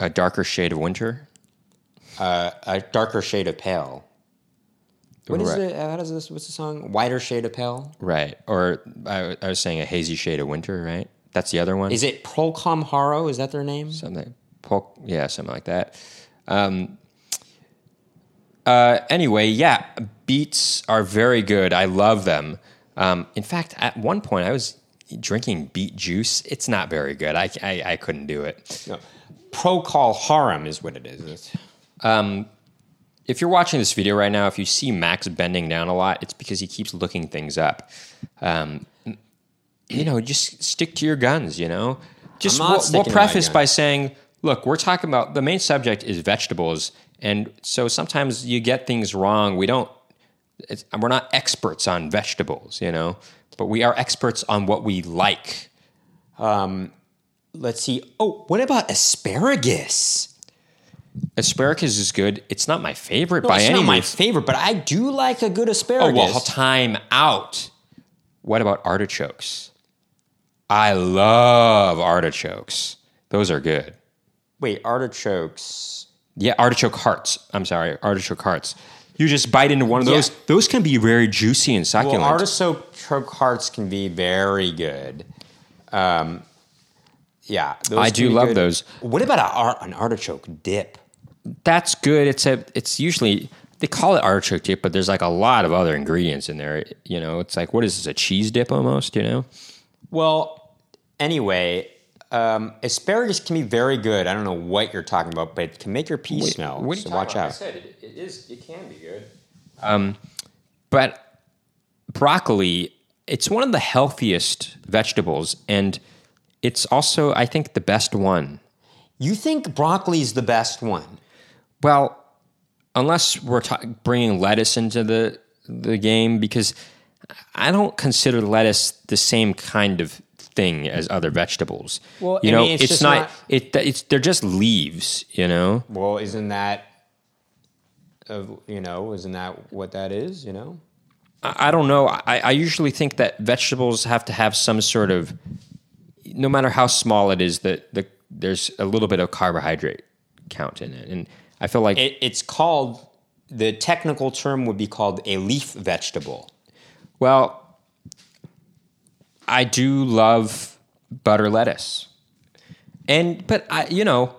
Speaker 1: A darker shade of winter.
Speaker 2: A darker shade of pale. What is
Speaker 1: Right.
Speaker 2: it? uh, How does this? What's the song? Whiter shade of pale.
Speaker 1: Right. Or I, I was saying a hazy shade of winter, right? That's the other one.
Speaker 2: Is it Procom Haro? Is that their name?
Speaker 1: something pork yeah something like that um uh anyway yeah beets are very good i love them um in fact at one point i was drinking beet juice it's not very good i i, I couldn't do it
Speaker 2: No. Procol Harum is what it is. It's-
Speaker 1: if you're watching this video right now if you see max bending down a lot it's because he keeps looking things up um you know just stick to your guns you know just
Speaker 2: I'm not
Speaker 1: we'll, we'll
Speaker 2: sticking to my
Speaker 1: preface
Speaker 2: guns.
Speaker 1: by saying, look, we're talking about the main subject is vegetables, and so sometimes you get things wrong. We don't, it's, we're not experts on vegetables, you know, but we are experts on what we like.
Speaker 2: Let's see. Oh, what about asparagus?
Speaker 1: Asparagus is good. It's not my favorite
Speaker 2: No,
Speaker 1: by
Speaker 2: it's
Speaker 1: any
Speaker 2: not my
Speaker 1: means.
Speaker 2: favorite, but I do like a good
Speaker 1: Oh
Speaker 2: asparagus.
Speaker 1: well, time out. What about artichokes? I love artichokes. Those are good.
Speaker 2: Wait, artichokes.
Speaker 1: Yeah, artichoke hearts. I'm sorry, artichoke hearts. You just bite into one of those.
Speaker 2: Yeah.
Speaker 1: Those can be very juicy and
Speaker 2: Well,
Speaker 1: succulent.
Speaker 2: artichoke hearts can be very good. Um, yeah, those
Speaker 1: I
Speaker 2: can
Speaker 1: do
Speaker 2: be
Speaker 1: love those.
Speaker 2: What about a, ar- an artichoke dip?
Speaker 1: That's good. It's a. It's usually they call it artichoke dip, but there's like a lot of other ingredients in there. You know, it's like what is this a cheese dip almost? You know,
Speaker 2: Well, anyway, um, asparagus can be very good. I don't know what you're talking about, but it can make your pee smell.
Speaker 1: What are you
Speaker 2: so
Speaker 1: talking
Speaker 2: watch
Speaker 1: about? I
Speaker 2: out.
Speaker 1: said it, it is. It can be good. Um, but broccoli, it's one of the healthiest vegetables, and it's also, I think, the best one.
Speaker 2: You think broccoli is the best one?
Speaker 1: Well, unless we're ta- bringing lettuce into the the game, because I don't consider lettuce the same kind of thing as other vegetables.
Speaker 2: Well,
Speaker 1: you
Speaker 2: I
Speaker 1: know,
Speaker 2: mean, it's just
Speaker 1: not,
Speaker 2: not-
Speaker 1: it. It's they're just leaves. You know.
Speaker 2: Well, isn't that, uh, you know, isn't that what that is? You know,
Speaker 1: I I don't know. I, I usually think that vegetables have to have some sort of, no matter how small it is, that the, there's a little bit of carbohydrate count in it, and I feel like
Speaker 2: it, it's called. The technical term would be called a leaf vegetable.
Speaker 1: well, I do love butter lettuce, and but I you know.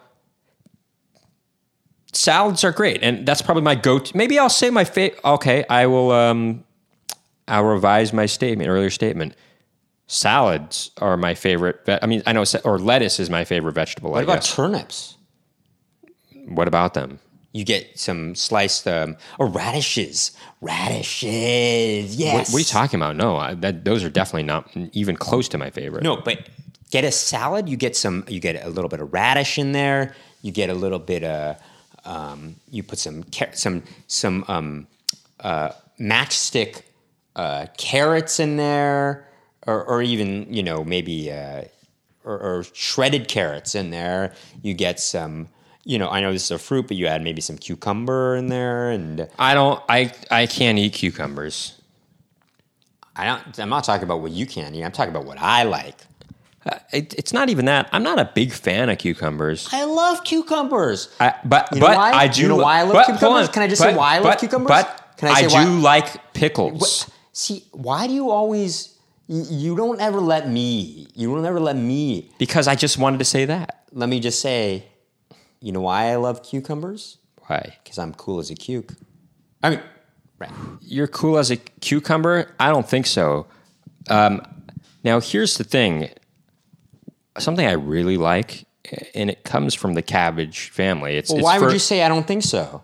Speaker 1: Salads are great, and that's probably my go-to. Maybe I'll say my favorite. Okay, I will. Um, I'll revise my statement, earlier statement. Salads are my favorite. Ve- I mean, I know, sa- or lettuce is my favorite vegetable. I
Speaker 2: What about
Speaker 1: guess.
Speaker 2: turnips?
Speaker 1: What about them?
Speaker 2: You get some sliced um, or radishes. Radishes,
Speaker 1: What,
Speaker 2: yes.
Speaker 1: what are you talking about? No, I, that, those are definitely not even close to my favorite.
Speaker 2: No, but get a salad. You get some. You get a little bit of radish in there. You get a little bit of. Um, you put some car- some some um, uh, matchstick uh, carrots in there, or, or even you know maybe uh, or, or shredded carrots in there. You get some. You know, I know this is a fruit, but you add maybe some cucumber in there, and
Speaker 1: I don't. I I can't eat cucumbers.
Speaker 2: I don't. I'm not talking about what you can eat. I'm talking about what I like.
Speaker 1: It, it's not even that. I'm not a big fan of cucumbers.
Speaker 2: I love cucumbers.
Speaker 1: I, but
Speaker 2: You know
Speaker 1: but
Speaker 2: why?
Speaker 1: I do.
Speaker 2: You know
Speaker 1: li-
Speaker 2: why I love
Speaker 1: but,
Speaker 2: cucumbers?
Speaker 1: hold on.
Speaker 2: Can I just
Speaker 1: But-
Speaker 2: say why I love
Speaker 1: but-
Speaker 2: cucumbers?
Speaker 1: But
Speaker 2: Can I say
Speaker 1: do
Speaker 2: why-
Speaker 1: like pickles.
Speaker 2: See, why do you always? You, you don't ever let me. You don't ever let me.
Speaker 1: Because I just wanted to say that.
Speaker 2: Let me just say, you know why I love cucumbers?
Speaker 1: Why?
Speaker 2: Because I'm cool as a cuke. I mean, right.
Speaker 1: You're cool as a cucumber? I don't think so. Um, now, here's the thing something I really like, and it comes from the cabbage family. It's,
Speaker 2: Well,
Speaker 1: it's
Speaker 2: why would
Speaker 1: fir-
Speaker 2: you say I don't think so?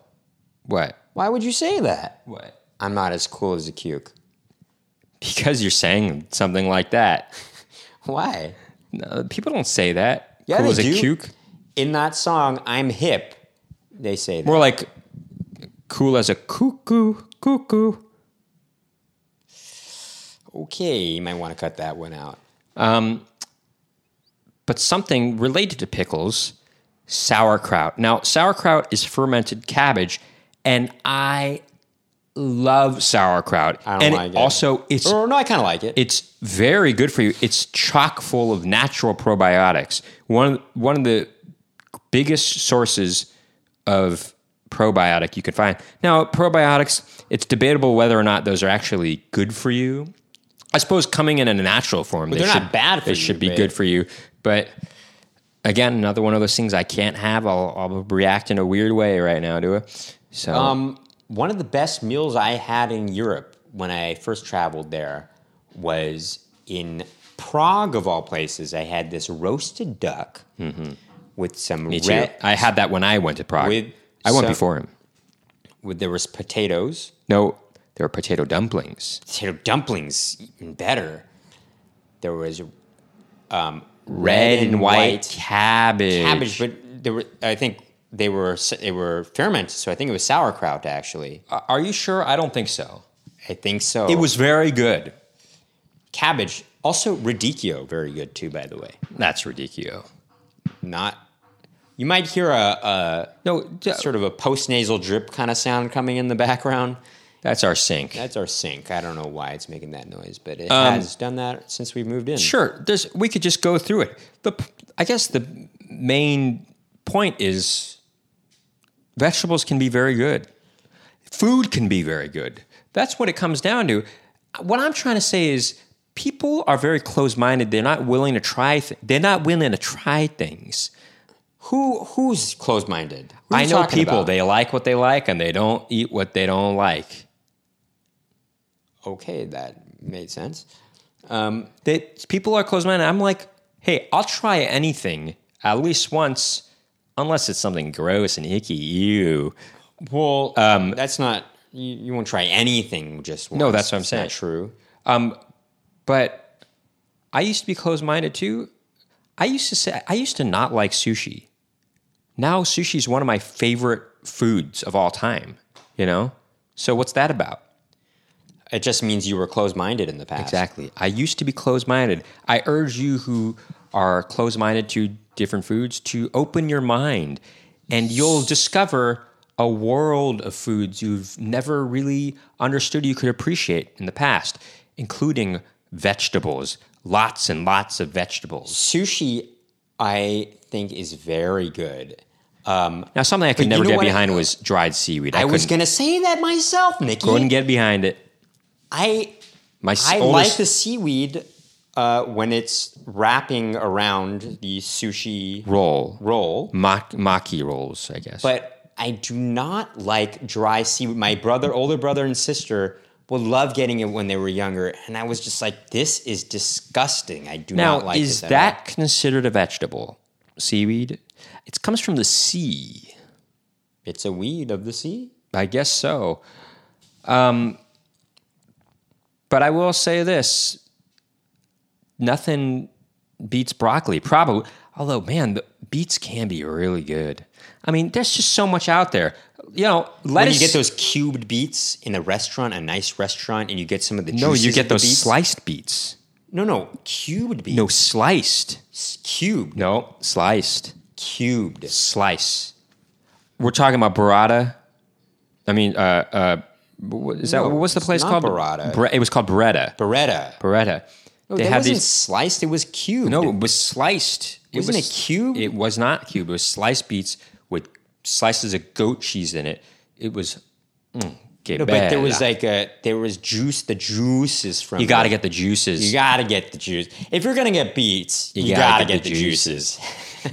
Speaker 1: What?
Speaker 2: Why would you say that?
Speaker 1: What?
Speaker 2: I'm not as cool as a cuke.
Speaker 1: Because you're saying something like that.
Speaker 2: Why?
Speaker 1: No, people don't say that.
Speaker 2: Yeah,
Speaker 1: cool
Speaker 2: they
Speaker 1: as a
Speaker 2: do.
Speaker 1: cuke?
Speaker 2: In that song, I'm hip. They say that.
Speaker 1: More like cool as a cuckoo, cuckoo.
Speaker 2: Okay, you might want to cut that one out.
Speaker 1: but something related to pickles, sauerkraut. Now, sauerkraut is fermented cabbage, and I love sauerkraut.
Speaker 2: I don't
Speaker 1: and
Speaker 2: like it.
Speaker 1: Also, it's
Speaker 2: Or no, I kind of like it.
Speaker 1: it's very good for you. It's chock full of natural probiotics. One one of the biggest sources of probiotic you can find. Now, probiotics, it's debatable whether or not those are actually good for you. I suppose coming in in a natural form, they
Speaker 2: they're
Speaker 1: should,
Speaker 2: not bad for
Speaker 1: they
Speaker 2: you,
Speaker 1: should be
Speaker 2: but-
Speaker 1: good for you. But again, another one of those things I can't have. I'll, I'll react in a weird way right now to it. So
Speaker 2: Um, one of the best meals I had in Europe when I first traveled there was in Prague, of all places. I had this roasted duck with some
Speaker 1: me too.
Speaker 2: red. uh,
Speaker 1: I had that when I went to Prague.
Speaker 2: With
Speaker 1: I went
Speaker 2: some-
Speaker 1: before him.
Speaker 2: With there was potatoes,
Speaker 1: No, there were potato dumplings.
Speaker 2: potato dumplings, even better. There was um, red,
Speaker 1: red and white cabbage.
Speaker 2: cabbage, but there were. I think they were s- they were fermented, so I think it was sauerkraut actually.
Speaker 1: Are you sure? I don't think so.
Speaker 2: I think so.
Speaker 1: It was very good.
Speaker 2: cabbage. Also, radicchio, very good too, by the way.
Speaker 1: That's ridiculous.
Speaker 2: Not. You might hear a, a
Speaker 1: No, d-
Speaker 2: sort of a post nasal drip kind of sound coming in the background.
Speaker 1: that's our sink.
Speaker 2: That's our sink. I don't know why it's making that noise, but it
Speaker 1: Um,
Speaker 2: has done that since we moved in.
Speaker 1: sure, there's. We could just go through it. The p- I guess the main point is vegetables can be very good. Food can be very good. That's what it comes down to. What I'm trying to say is people are very close-minded. They're not willing to try. Th- they're not willing to try things.
Speaker 2: Who who's closed minded?
Speaker 1: I know people. They like what they like, and they don't eat what they don't like.
Speaker 2: okay, that made sense. Um,
Speaker 1: They, people are closed-minded. I'm like, hey, I'll try anything at least once, unless it's something gross and icky. Ew.
Speaker 2: Well, um, that's not. You, you won't try anything just once.
Speaker 1: No, that's what I'm
Speaker 2: It's
Speaker 1: saying. Um,
Speaker 2: Not true.
Speaker 1: But I used to be closed-minded too. I used to say I used to not like sushi. Now sushi is one of my favorite foods of all time. You know. So what's that about?
Speaker 2: It just means you were closed minded in the past.
Speaker 1: Exactly. I used to be closed minded. I urge you who are closed minded to different foods to open your mind and you'll discover a world of foods you've never really understood you could appreciate in the past, including vegetables, lots and lots of vegetables.
Speaker 2: Sushi, I think, is very good.
Speaker 1: Now, something I could
Speaker 2: you
Speaker 1: never
Speaker 2: know
Speaker 1: get
Speaker 2: what I-
Speaker 1: behind was dried seaweed. I,
Speaker 2: I was
Speaker 1: couldn't,
Speaker 2: gonna say that myself, Nikki.
Speaker 1: couldn't get behind it.
Speaker 2: I
Speaker 1: My s-
Speaker 2: I like
Speaker 1: oldest-
Speaker 2: the seaweed uh, when it's wrapping around the sushi
Speaker 1: roll,
Speaker 2: roll.
Speaker 1: Mak- maki rolls, I guess.
Speaker 2: but I do not like dry seaweed. My brother, older brother, and sister would love getting it when they were younger, and I was just like, "This is disgusting." I do
Speaker 1: Now,
Speaker 2: not like
Speaker 1: is
Speaker 2: this at all."
Speaker 1: that considered a vegetable? Seaweed? It comes from the sea.
Speaker 2: It's a weed of the sea.
Speaker 1: I guess so. Um, but I will say this nothing beats broccoli, probably. Although, man, the beets can be really good. I mean, there's just so much out there. You know,
Speaker 2: When
Speaker 1: lettuce.
Speaker 2: you get those cubed beets in a restaurant, a nice restaurant, and you get some of the
Speaker 1: no,
Speaker 2: juices
Speaker 1: you
Speaker 2: of
Speaker 1: get
Speaker 2: the
Speaker 1: those
Speaker 2: beets.
Speaker 1: sliced beets.
Speaker 2: No, no, cubed beets.
Speaker 1: No, sliced.
Speaker 2: cubed,
Speaker 1: No, sliced.
Speaker 2: cubed.
Speaker 1: slice. We're talking about burrata. I mean, uh, uh, wh- is that
Speaker 2: No,
Speaker 1: what's the
Speaker 2: it's
Speaker 1: place
Speaker 2: not
Speaker 1: called?
Speaker 2: burrata.
Speaker 1: Bre- it was called Beretta.
Speaker 2: Beretta.
Speaker 1: Beretta.
Speaker 2: No, that wasn't sliced. It was cubed.
Speaker 1: No, it was sliced. It
Speaker 2: Wasn't
Speaker 1: was,
Speaker 2: it cubed?
Speaker 1: It was not cubed. It was sliced beets with slices of goat cheese in it. It was. mm, get
Speaker 2: No,
Speaker 1: bad.
Speaker 2: but there was like a there was juice. The juices from
Speaker 1: you got to
Speaker 2: it.
Speaker 1: get the juices.
Speaker 2: You gotta get the juice. If you're gonna get beets, you, gotta, get, the, juices.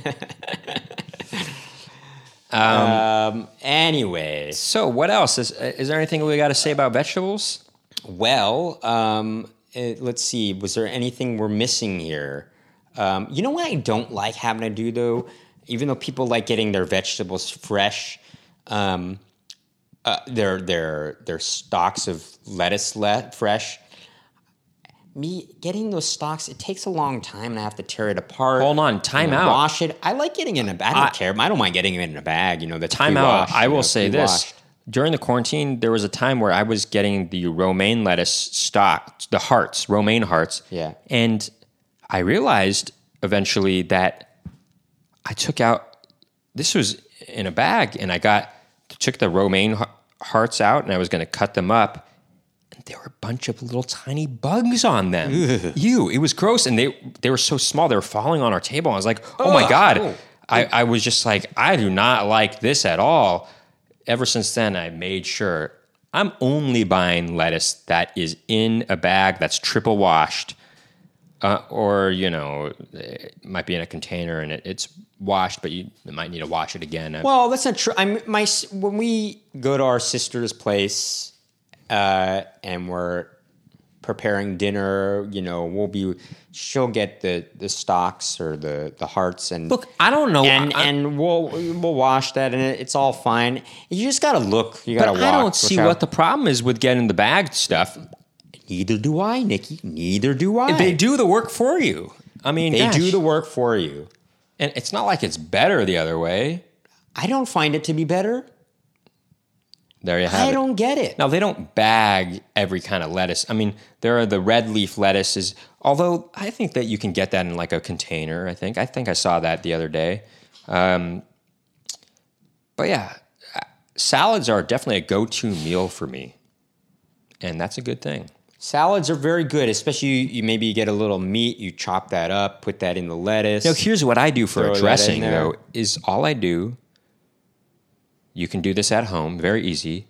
Speaker 2: um, anyway,
Speaker 1: so what else is? Is there anything we got to say about vegetables?
Speaker 2: well, um, eh, let's see. Was there anything we're missing here? Um, you know what I don't like having to do though, even though people like getting their vegetables fresh, um, uh, their their their stocks of lettuce le- fresh. Me getting those stocks, it takes a long time, and I have to tear it apart.
Speaker 1: Hold on, time
Speaker 2: and
Speaker 1: out.
Speaker 2: Wash it. I like getting it in a bag. I don't care. I don't mind getting it in a bag. You know, the
Speaker 1: time out. I will say this: during the quarantine, there was a time where I was getting the romaine lettuce stock, the hearts, romaine hearts.
Speaker 2: Yeah.
Speaker 1: and I realized eventually that I took out. This was in a bag, and I got took the romaine he- hearts out, and I was going to cut them up. And there were a bunch of little tiny bugs on them. You, it was gross, and they they were so small. They were falling on our table. I was like, oh my
Speaker 2: Ugh.
Speaker 1: god.
Speaker 2: Oh.
Speaker 1: I, I was just like, I do not like this at all. Ever since then, I made sure I'm only buying lettuce that is in a bag that's triple washed, uh, or you know, it might be in a container and it, it's washed, but you might need to wash it again.
Speaker 2: Well, that's not true. I'm my s- when we go to our sister's place, uh, and we're preparing dinner. You know, we'll be she'll get the the stocks or the the hearts and
Speaker 1: Look, I don't know.
Speaker 2: and
Speaker 1: I-
Speaker 2: and we'll we'll wash that, and it, it's all fine. You just gotta look. You
Speaker 1: but
Speaker 2: gotta.
Speaker 1: I
Speaker 2: walk,
Speaker 1: don't see
Speaker 2: look out.
Speaker 1: what the problem is with getting the bagged stuff.
Speaker 2: Neither do I, Nikki. Neither do I.
Speaker 1: They do the work for you. I mean,
Speaker 2: They do
Speaker 1: gosh.
Speaker 2: the work for you.
Speaker 1: and it's not like it's better the other way.
Speaker 2: I don't find it to be better.
Speaker 1: There you have
Speaker 2: I
Speaker 1: it.
Speaker 2: don't get it.
Speaker 1: Now they don't bag every kind of lettuce. I mean, there are the red leaf lettuces. Although I think that you can get that in like a container. I think I think I saw that the other day. Um, but yeah, uh, salads are definitely a go-to meal for me, and that's a good thing.
Speaker 2: Salads are very good, especially you, you maybe you get a little meat, you chop that up, put that in the lettuce.
Speaker 1: So here's what I do for
Speaker 2: Throw
Speaker 1: a
Speaker 2: that in
Speaker 1: dressing,
Speaker 2: there.
Speaker 1: though, is all I do. You can do this at home, very easy.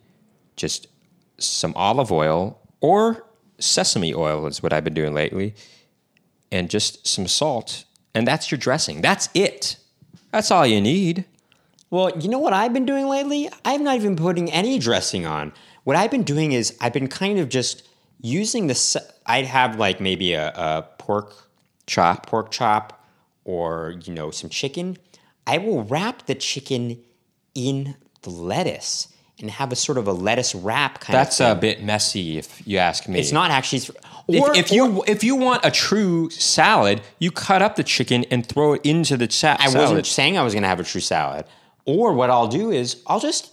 Speaker 1: Just some olive oil or sesame oil is what I've been doing lately, and just some salt, and that's your dressing. That's it. That's all you need.
Speaker 2: Well, you know what I've been doing lately? I've not even putting any dressing on. What I've been doing is I've been kind of just using the. se- I'd have like maybe a, a pork
Speaker 1: Chop.
Speaker 2: pork chop or you know some chicken. I will wrap the chicken in the lettuce and have a sort of a lettuce wrap kind
Speaker 1: That's uh,
Speaker 2: of.
Speaker 1: a bit messy, if you ask me.
Speaker 2: it's not actually. th-
Speaker 1: If,
Speaker 2: or-
Speaker 1: if you if you want a true salad, you cut up the chicken and throw it into the sa-
Speaker 2: I
Speaker 1: salad.
Speaker 2: wasn't saying I was going to have a true salad. Or what I'll do is I'll just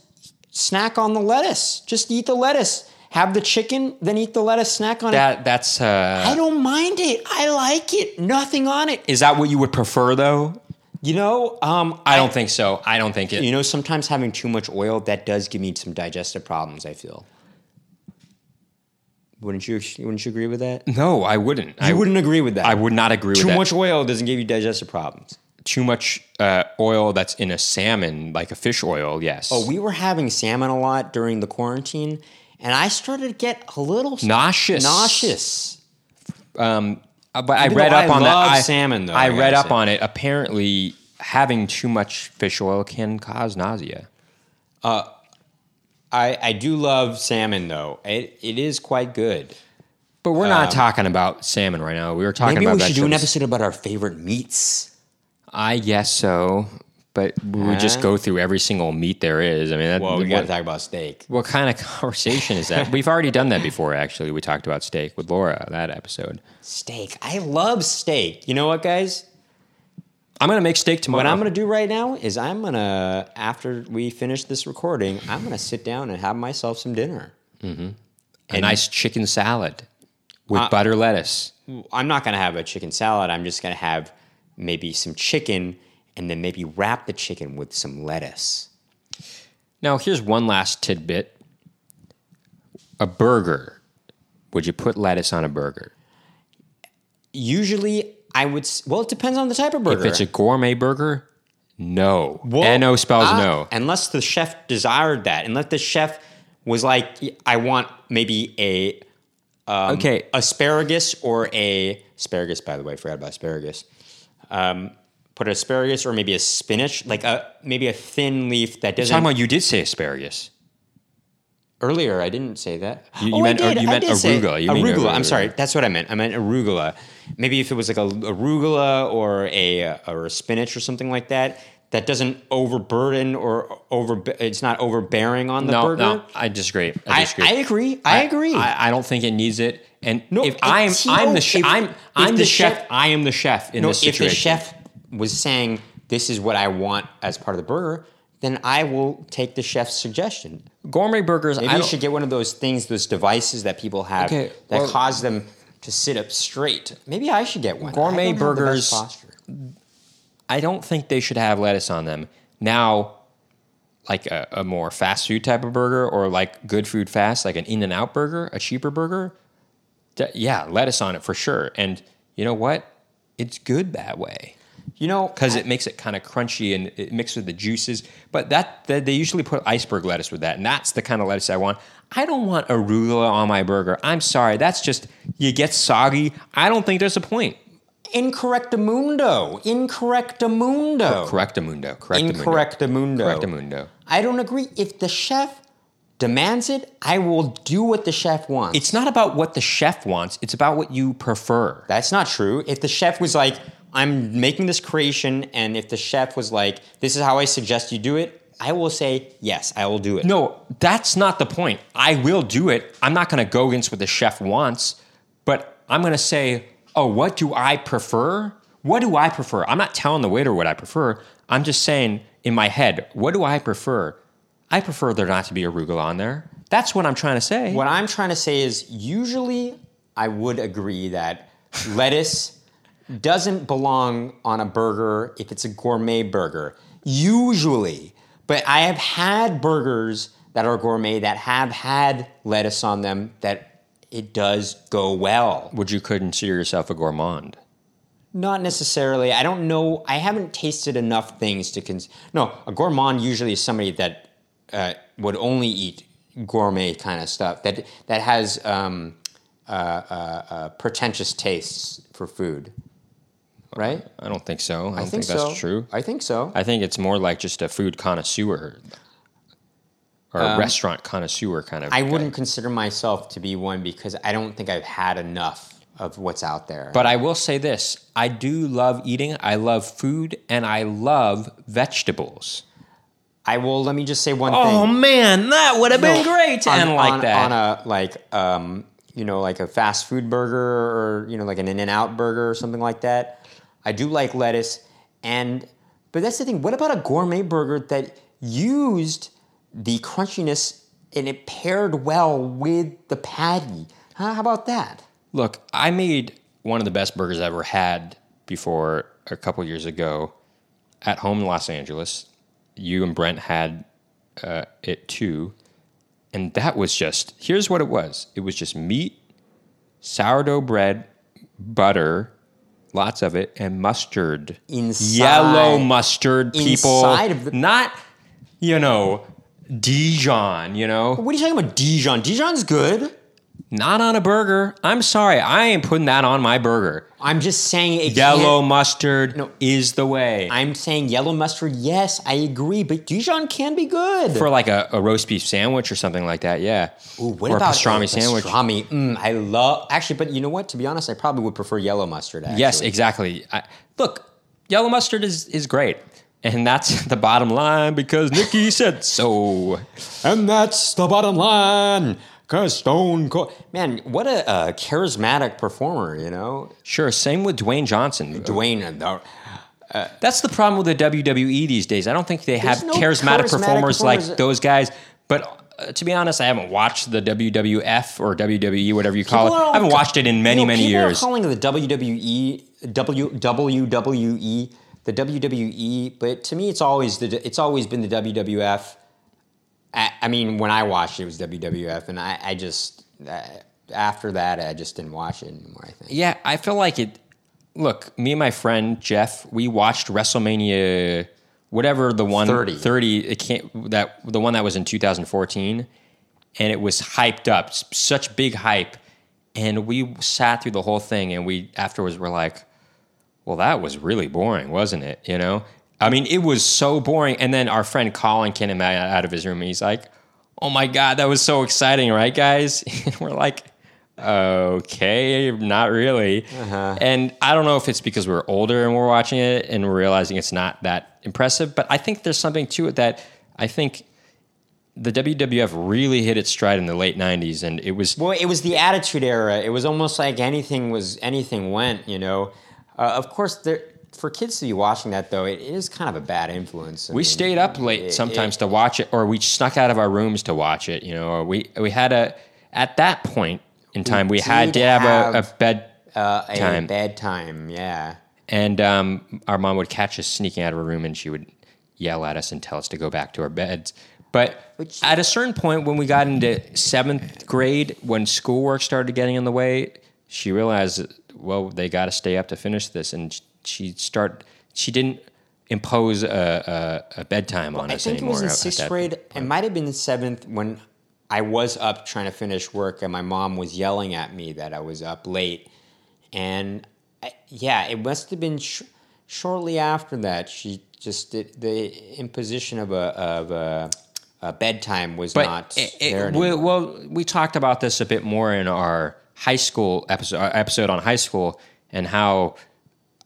Speaker 2: snack on the lettuce. Just eat the lettuce. Have the chicken, then eat the lettuce. Snack on it.
Speaker 1: that that's uh,
Speaker 2: I don't mind it. I like it. Nothing on it.
Speaker 1: is that what you would prefer though?
Speaker 2: You know, um,
Speaker 1: I don't think so. I don't think it.
Speaker 2: you know, sometimes having too much oil that does give me some digestive problems. I feel. Wouldn't you? Wouldn't you agree with that? You
Speaker 1: no, I wouldn't. I
Speaker 2: wouldn't agree with that.
Speaker 1: I would not agree
Speaker 2: Too
Speaker 1: with that.
Speaker 2: much oil doesn't give you digestive problems.
Speaker 1: Too much uh, oil that's in a salmon, like a fish oil. Yes.
Speaker 2: Oh, we were having salmon a lot during the quarantine, and I started to get a little
Speaker 1: nauseous.
Speaker 2: Nauseous.
Speaker 1: Uh, but I
Speaker 2: Even
Speaker 1: read
Speaker 2: though
Speaker 1: up
Speaker 2: I
Speaker 1: on that.
Speaker 2: love
Speaker 1: I,
Speaker 2: salmon, though,
Speaker 1: I,
Speaker 2: I
Speaker 1: read
Speaker 2: gotta
Speaker 1: up
Speaker 2: say.
Speaker 1: on it. Apparently, having too much fish oil can cause nausea.
Speaker 2: I, I do love salmon though. It it is quite good.
Speaker 1: But we're not talking about salmon right now. We were talking
Speaker 2: Um, Maybe we
Speaker 1: about
Speaker 2: should do an
Speaker 1: vegetables.
Speaker 2: episode about our favorite meats.
Speaker 1: I guess so, but we would just
Speaker 2: Huh?
Speaker 1: go through every single meat there is. I mean, that,
Speaker 2: Well, we got to
Speaker 1: what,
Speaker 2: talk about steak.
Speaker 1: what kind of conversation is that? We've already done that before. Actually, we talked about steak with Laura that episode.
Speaker 2: Steak. I love steak. You know what, guys?
Speaker 1: I'm gonna make steak tomorrow.
Speaker 2: What I'm gonna do right now is I'm gonna after we finish this recording, I'm gonna sit down and have myself some dinner.
Speaker 1: a nice chicken salad
Speaker 2: Uh,
Speaker 1: with butter lettuce.
Speaker 2: I'm not gonna have a chicken salad. I'm just gonna have maybe some chicken and then maybe wrap the chicken with some lettuce.
Speaker 1: Now, here's one last tidbit: a burger. Would you put lettuce on a burger?
Speaker 2: Usually, I would. s- Well, it depends on the type of burger.
Speaker 1: If it's a gourmet burger, no. No spells
Speaker 2: Ah,
Speaker 1: no.
Speaker 2: Unless the chef desired that, unless the chef was like, I want maybe a um,
Speaker 1: okay,
Speaker 2: uh, asparagus or a asparagus. By the way, I forgot about asparagus. Um, put asparagus or maybe a spinach, like a maybe a thin leaf that doesn't.
Speaker 1: talking about you did say asparagus.
Speaker 2: earlier, I didn't say that. Oh,
Speaker 1: You- you
Speaker 2: I
Speaker 1: meant- or
Speaker 2: did,
Speaker 1: you
Speaker 2: I
Speaker 1: meant
Speaker 2: did say-
Speaker 1: arugula. You mean
Speaker 2: arugula.
Speaker 1: arugula.
Speaker 2: I'm sorry. That's what I meant. I meant arugula. Maybe if it was like a arugula or a or a spinach or something like that. That doesn't overburden or over. It's not overbearing on the
Speaker 1: No,
Speaker 2: burger.
Speaker 1: no, I disagree. I
Speaker 2: I,
Speaker 1: disagree.
Speaker 2: I agree. I, agree.
Speaker 1: I, I don't think it needs it. And
Speaker 2: No,
Speaker 1: if I'm,
Speaker 2: it's-
Speaker 1: I'm
Speaker 2: no,
Speaker 1: the, sh-
Speaker 2: if-
Speaker 1: I'm,
Speaker 2: if
Speaker 1: I'm the,
Speaker 2: the
Speaker 1: chef,
Speaker 2: chef-
Speaker 1: I am the chef in
Speaker 2: No,
Speaker 1: this
Speaker 2: if the
Speaker 1: situation.
Speaker 2: chef was saying this is what I want as part of the burger, then I will take the chef's suggestion.
Speaker 1: gourmet burgers,
Speaker 2: Maybe
Speaker 1: I
Speaker 2: you
Speaker 1: don't-
Speaker 2: should get one of those things, those devices that people have
Speaker 1: Okay,
Speaker 2: that
Speaker 1: well-
Speaker 2: cause them to sit up straight. Maybe I should get one. I
Speaker 1: Gourmet
Speaker 2: don't have the
Speaker 1: burgers-
Speaker 2: best posture.
Speaker 1: I don't think they should have lettuce on them now. Like a, a more fast food type of burger, or like good food fast, like an In and Out burger, a cheaper burger. d- yeah, lettuce on it for sure. And you know what? It's good that way
Speaker 2: You know,
Speaker 1: because it makes it kind of crunchy and it mixed with the juices. But that, that they usually put iceberg lettuce with that, and that's the kind of lettuce I want. I don't want arugula on my burger. I'm sorry, that's just you get soggy. I don't think there's a point.
Speaker 2: incorrectamundo, incorrectamundo,
Speaker 1: Correctamundo. Correctamundo.
Speaker 2: incorrectamundo,
Speaker 1: Correctamundo.
Speaker 2: I don't agree. If the chef demands it, I will do what the chef wants.
Speaker 1: It's not about what the chef wants. It's about what you prefer.
Speaker 2: That's not true. If the chef was like, I'm making this creation, and if the chef was like, this is how I suggest you do it, I will say, yes, I will do it.
Speaker 1: No, that's not the point. I will do it. I'm not going to go against what the chef wants, but I'm going to say, oh, what do I prefer? What do I prefer? I'm not telling the waiter what I prefer. I'm just saying in my head, what do I prefer? I prefer there not to be arugula on there. That's what I'm trying to say.
Speaker 2: What I'm trying to say is, usually I would agree that lettuce doesn't belong on a burger if it's a gourmet burger. Usually. But I have had burgers that are gourmet that have had lettuce on them that it does go well.
Speaker 1: Would you consider yourself a gourmand?
Speaker 2: Not necessarily. I don't know. I haven't tasted enough things to cons. No, a gourmand usually is somebody that uh, would only eat gourmet kind of stuff that that has um, uh, pretentious tastes for food, right?
Speaker 1: I don't think so. I don't
Speaker 2: I think,
Speaker 1: that's
Speaker 2: so.
Speaker 1: true.
Speaker 2: I think so.
Speaker 1: I think it's more like just a food connoisseur or a restaurant connoisseur kind of.
Speaker 2: I
Speaker 1: guy.
Speaker 2: wouldn't consider myself to be one because I don't think I've had enough of what's out there.
Speaker 1: But I will say this I do love eating. I love food and I love vegetables.
Speaker 2: I will. Let me just say one thing.
Speaker 1: Oh man, that would have been
Speaker 2: No,
Speaker 1: great to
Speaker 2: on-
Speaker 1: end like
Speaker 2: on-
Speaker 1: that.
Speaker 2: on a like um you know like a fast food burger or you know like an in and out burger or something like that i do like lettuce and but that's the thing what about a gourmet burger that used the crunchiness and it paired well with the patty huh? how about that
Speaker 1: Look, I made one of the best burgers I ever had before a couple years ago at home in Los Angeles. You and Brent had uh, it too. And that was just, here's what it was it was just meat, sourdough bread, butter, lots of it, and mustard.
Speaker 2: Inside-
Speaker 1: Yellow mustard, people.
Speaker 2: Inside of the-
Speaker 1: Not, you know, Dijon, you know?
Speaker 2: what are you talking about dijon dijon's good
Speaker 1: Not on a burger. I'm sorry. I ain't putting that on my burger.
Speaker 2: i'm just saying it
Speaker 1: Yellow
Speaker 2: can't-
Speaker 1: mustard
Speaker 2: No.
Speaker 1: is the way.
Speaker 2: i'm saying yellow mustard yes i agree but dijon can be good
Speaker 1: for like a, a roast beef sandwich or something like that, yeah.
Speaker 2: Ooh, what
Speaker 1: or
Speaker 2: about
Speaker 1: a pastrami
Speaker 2: a
Speaker 1: sandwich.
Speaker 2: Pastrami. Mm, I love actually, but you know what? To be honest, I probably would prefer yellow mustard. Actually.
Speaker 1: Yes, exactly. I, look, yellow mustard is, is great. And that's the bottom line because Nikki said so.
Speaker 2: and that's the bottom line. Cause Stone Cold, man, what a, uh charismatic performer, you know,
Speaker 1: Sure, same with Dwayne Johnson.
Speaker 2: Dwayne. uh, the-
Speaker 1: That's the problem with the WWE these days. I don't think they have
Speaker 2: no
Speaker 1: charismatic,
Speaker 2: charismatic
Speaker 1: performers,
Speaker 2: performers.
Speaker 1: like those guys. But uh, to be honest, I haven't watched the WWF or WWE, whatever you call
Speaker 2: People
Speaker 1: it.
Speaker 2: are
Speaker 1: I haven't
Speaker 2: all-
Speaker 1: watched it in many,
Speaker 2: you know,
Speaker 1: many
Speaker 2: people
Speaker 1: years.
Speaker 2: Are calling it the WWE, W WWE, the WWE, but to me, it's always the it's always been the WWF. I, I mean, when I watched it, it was WWF, and I, I just uh, after that, I just didn't watch it anymore. I think.
Speaker 1: yeah, I feel like it. Look, me and my friend Jeff, we watched WrestleMania, whatever the one
Speaker 2: 30.
Speaker 1: 30 it can't, that the one that was in 2014, and it was hyped up, s- such big hype, and we sat through the whole thing, and we afterwards were like, well, that was really boring, wasn't it? You know, I mean, it was so boring. And then our friend Colin came in- out of his room and he's like, oh my God, that was so exciting, right, guys? And we're like, okay, not really.
Speaker 2: Uh-huh.
Speaker 1: And I don't know if it's because we're older and we're watching it and we're realizing it's not that impressive, but I think there's something to it that I think the WWF really hit its stride in the late 90s and it was.
Speaker 2: Well, it was the Attitude Era. It was almost like anything was anything went. You know, uh, of course, there, for kids to be watching that though, it is kind of a bad influence. I
Speaker 1: We
Speaker 2: mean,
Speaker 1: stayed up late
Speaker 2: it-
Speaker 1: sometimes to watch it, or we snuck out of our rooms to watch it. You know, or we we had a at that point in time we, had to
Speaker 2: did
Speaker 1: have, a,
Speaker 2: have-
Speaker 1: a bed,
Speaker 2: uh, a
Speaker 1: Time.
Speaker 2: bad time. Yeah.
Speaker 1: and um, our mom would catch us sneaking out of her room, and she would yell at us and tell us to go back to our beds. But
Speaker 2: Which-
Speaker 1: at a certain point, when we got into seventh grade, when schoolwork started getting in the way, she realized, well, they got to stay up to finish this, and sh- she start she didn't impose a, a, a bedtime on
Speaker 2: I
Speaker 1: us
Speaker 2: think it
Speaker 1: anymore.
Speaker 2: was in
Speaker 1: at- at
Speaker 2: sixth
Speaker 1: that
Speaker 2: grade. It might have been in seventh when I was up trying to finish work, and my mom was yelling at me that I was up late. And I, yeah, it must have been sh- shortly after that. She just did the imposition of a of a, a bedtime was not
Speaker 1: it- it-
Speaker 2: there
Speaker 1: we,
Speaker 2: anymore.
Speaker 1: well we talked about this a bit more in our high school episode our episode on high school and how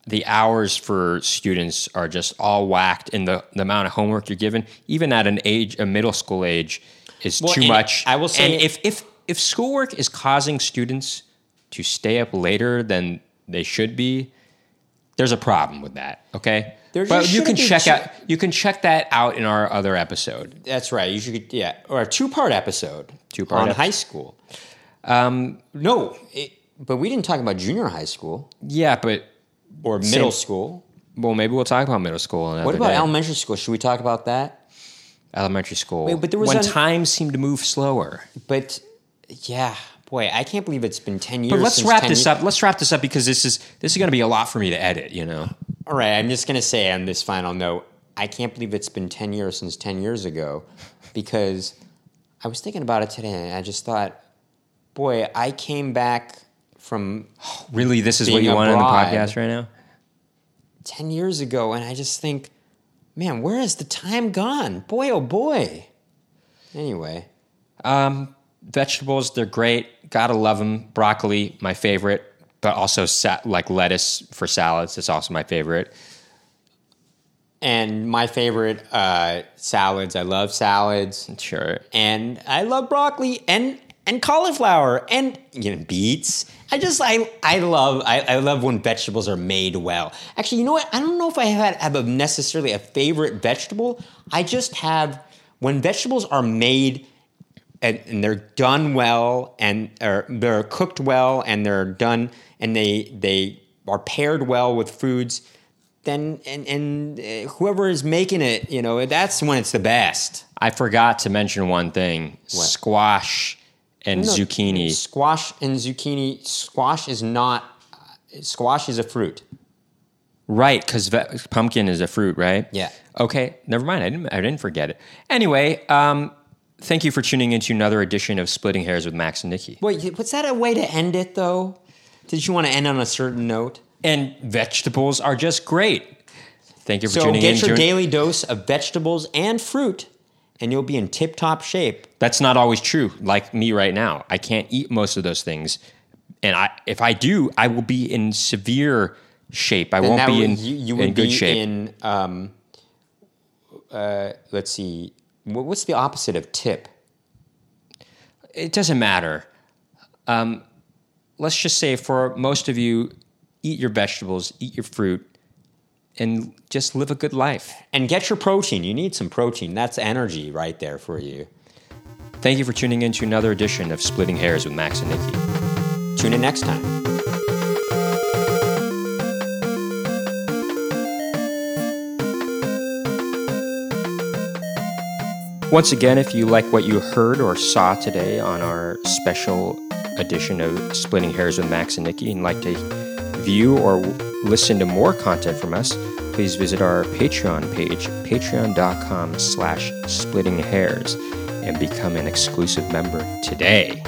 Speaker 1: the hours for students are just all whacked and the, the amount of homework you're given even at an age a middle school age is too
Speaker 2: and
Speaker 1: much
Speaker 2: I will say-
Speaker 1: and if if if schoolwork is causing students to stay up later than they should be there's a problem with that okay
Speaker 2: There
Speaker 1: but
Speaker 2: just
Speaker 1: you can
Speaker 2: shouldn't be
Speaker 1: check
Speaker 2: chi-
Speaker 1: out you can check that out in our other episode
Speaker 2: That's right. You should yeah, or a two part episode. Two
Speaker 1: Two-part
Speaker 2: on
Speaker 1: episode.
Speaker 2: high school. Um, no, it, but we didn't talk about junior high school
Speaker 1: yeah but
Speaker 2: or
Speaker 1: Same.
Speaker 2: middle school.
Speaker 1: Well, maybe we'll talk about middle school. Another
Speaker 2: What about
Speaker 1: day.
Speaker 2: elementary school? Should we talk about that?
Speaker 1: elementary school?
Speaker 2: Wait, but there was
Speaker 1: when
Speaker 2: an-
Speaker 1: time seemed to move slower.
Speaker 2: But yeah, boy, I can't believe it's been ten years.
Speaker 1: But let's
Speaker 2: since
Speaker 1: wrap
Speaker 2: 10
Speaker 1: this
Speaker 2: ye-
Speaker 1: up. Let's wrap this up because this is this is going to be a lot for me to edit. You know,
Speaker 2: All right, I'm just gonna say on this final note, I can't believe it's been ten years since ten years ago, because I was thinking about it today, and I just thought, boy, I came back from
Speaker 1: Really, this is what
Speaker 2: Being
Speaker 1: you
Speaker 2: a
Speaker 1: want on the
Speaker 2: bride.
Speaker 1: podcast right now?
Speaker 2: 10 years ago and I just think, man, where has the time gone? Boy, oh boy. Anyway,
Speaker 1: Um, vegetables, they're great. Gotta love them. Broccoli, my favorite, but also sa- like lettuce for salads. It's also my favorite.
Speaker 2: and my favorite uh, salads. I love salads.
Speaker 1: Sure.
Speaker 2: and I love broccoli and and cauliflower and you know beets. I just I I love I, I love when vegetables are made well. Actually, you know what? I don't know if I have, have a necessarily a favorite vegetable. I just have when vegetables are made and, and they're done well and or they're cooked well and they're done and they they are paired well with foods. Then and and uh, whoever is making it, you know, that's when it's the best.
Speaker 1: I forgot to mention one thing squash and
Speaker 2: No,
Speaker 1: zucchini.
Speaker 2: Squash and zucchini. Squash is not. Squash is a fruit.
Speaker 1: Right, because pumpkin is a fruit, right?
Speaker 2: Yeah.
Speaker 1: Okay, never mind. I didn't, I didn't forget it. Anyway, um, thank you for tuning into another edition of Splitting Hairs with Max and Nikki.
Speaker 2: Wait, was that a way to end it though? Did you want to end on a certain note?
Speaker 1: And vegetables are just great. Thank you for
Speaker 2: So
Speaker 1: tuning in.
Speaker 2: get your
Speaker 1: Join-
Speaker 2: daily dose of vegetables and fruit, and you'll be in tip-top shape.
Speaker 1: That's not always true. Like me right now, I can't eat most of those things, and I if I do, I will be in severe shape. I
Speaker 2: And
Speaker 1: won't
Speaker 2: that
Speaker 1: be
Speaker 2: would-
Speaker 1: in
Speaker 2: you, you
Speaker 1: in
Speaker 2: would
Speaker 1: good
Speaker 2: be
Speaker 1: shape.
Speaker 2: in. Um, uh, let's see. Wha- What's the opposite of tip?
Speaker 1: it doesn't matter. Um, let's just say for most of you, eat your vegetables, eat your fruit, and just live a good life.
Speaker 2: And get your protein. You need some protein. That's energy right there for you.
Speaker 1: Thank you for tuning in to another edition of Splitting Hairs with Max and Nikki.
Speaker 2: Tune in next time.
Speaker 1: Once again, if you like what you heard or saw today on our special edition of Splitting Hairs with Max and Nikki and like to view or w- listen to more content from us, please visit our Patreon page, patreon.com slash splitting hairs, and become an exclusive member today.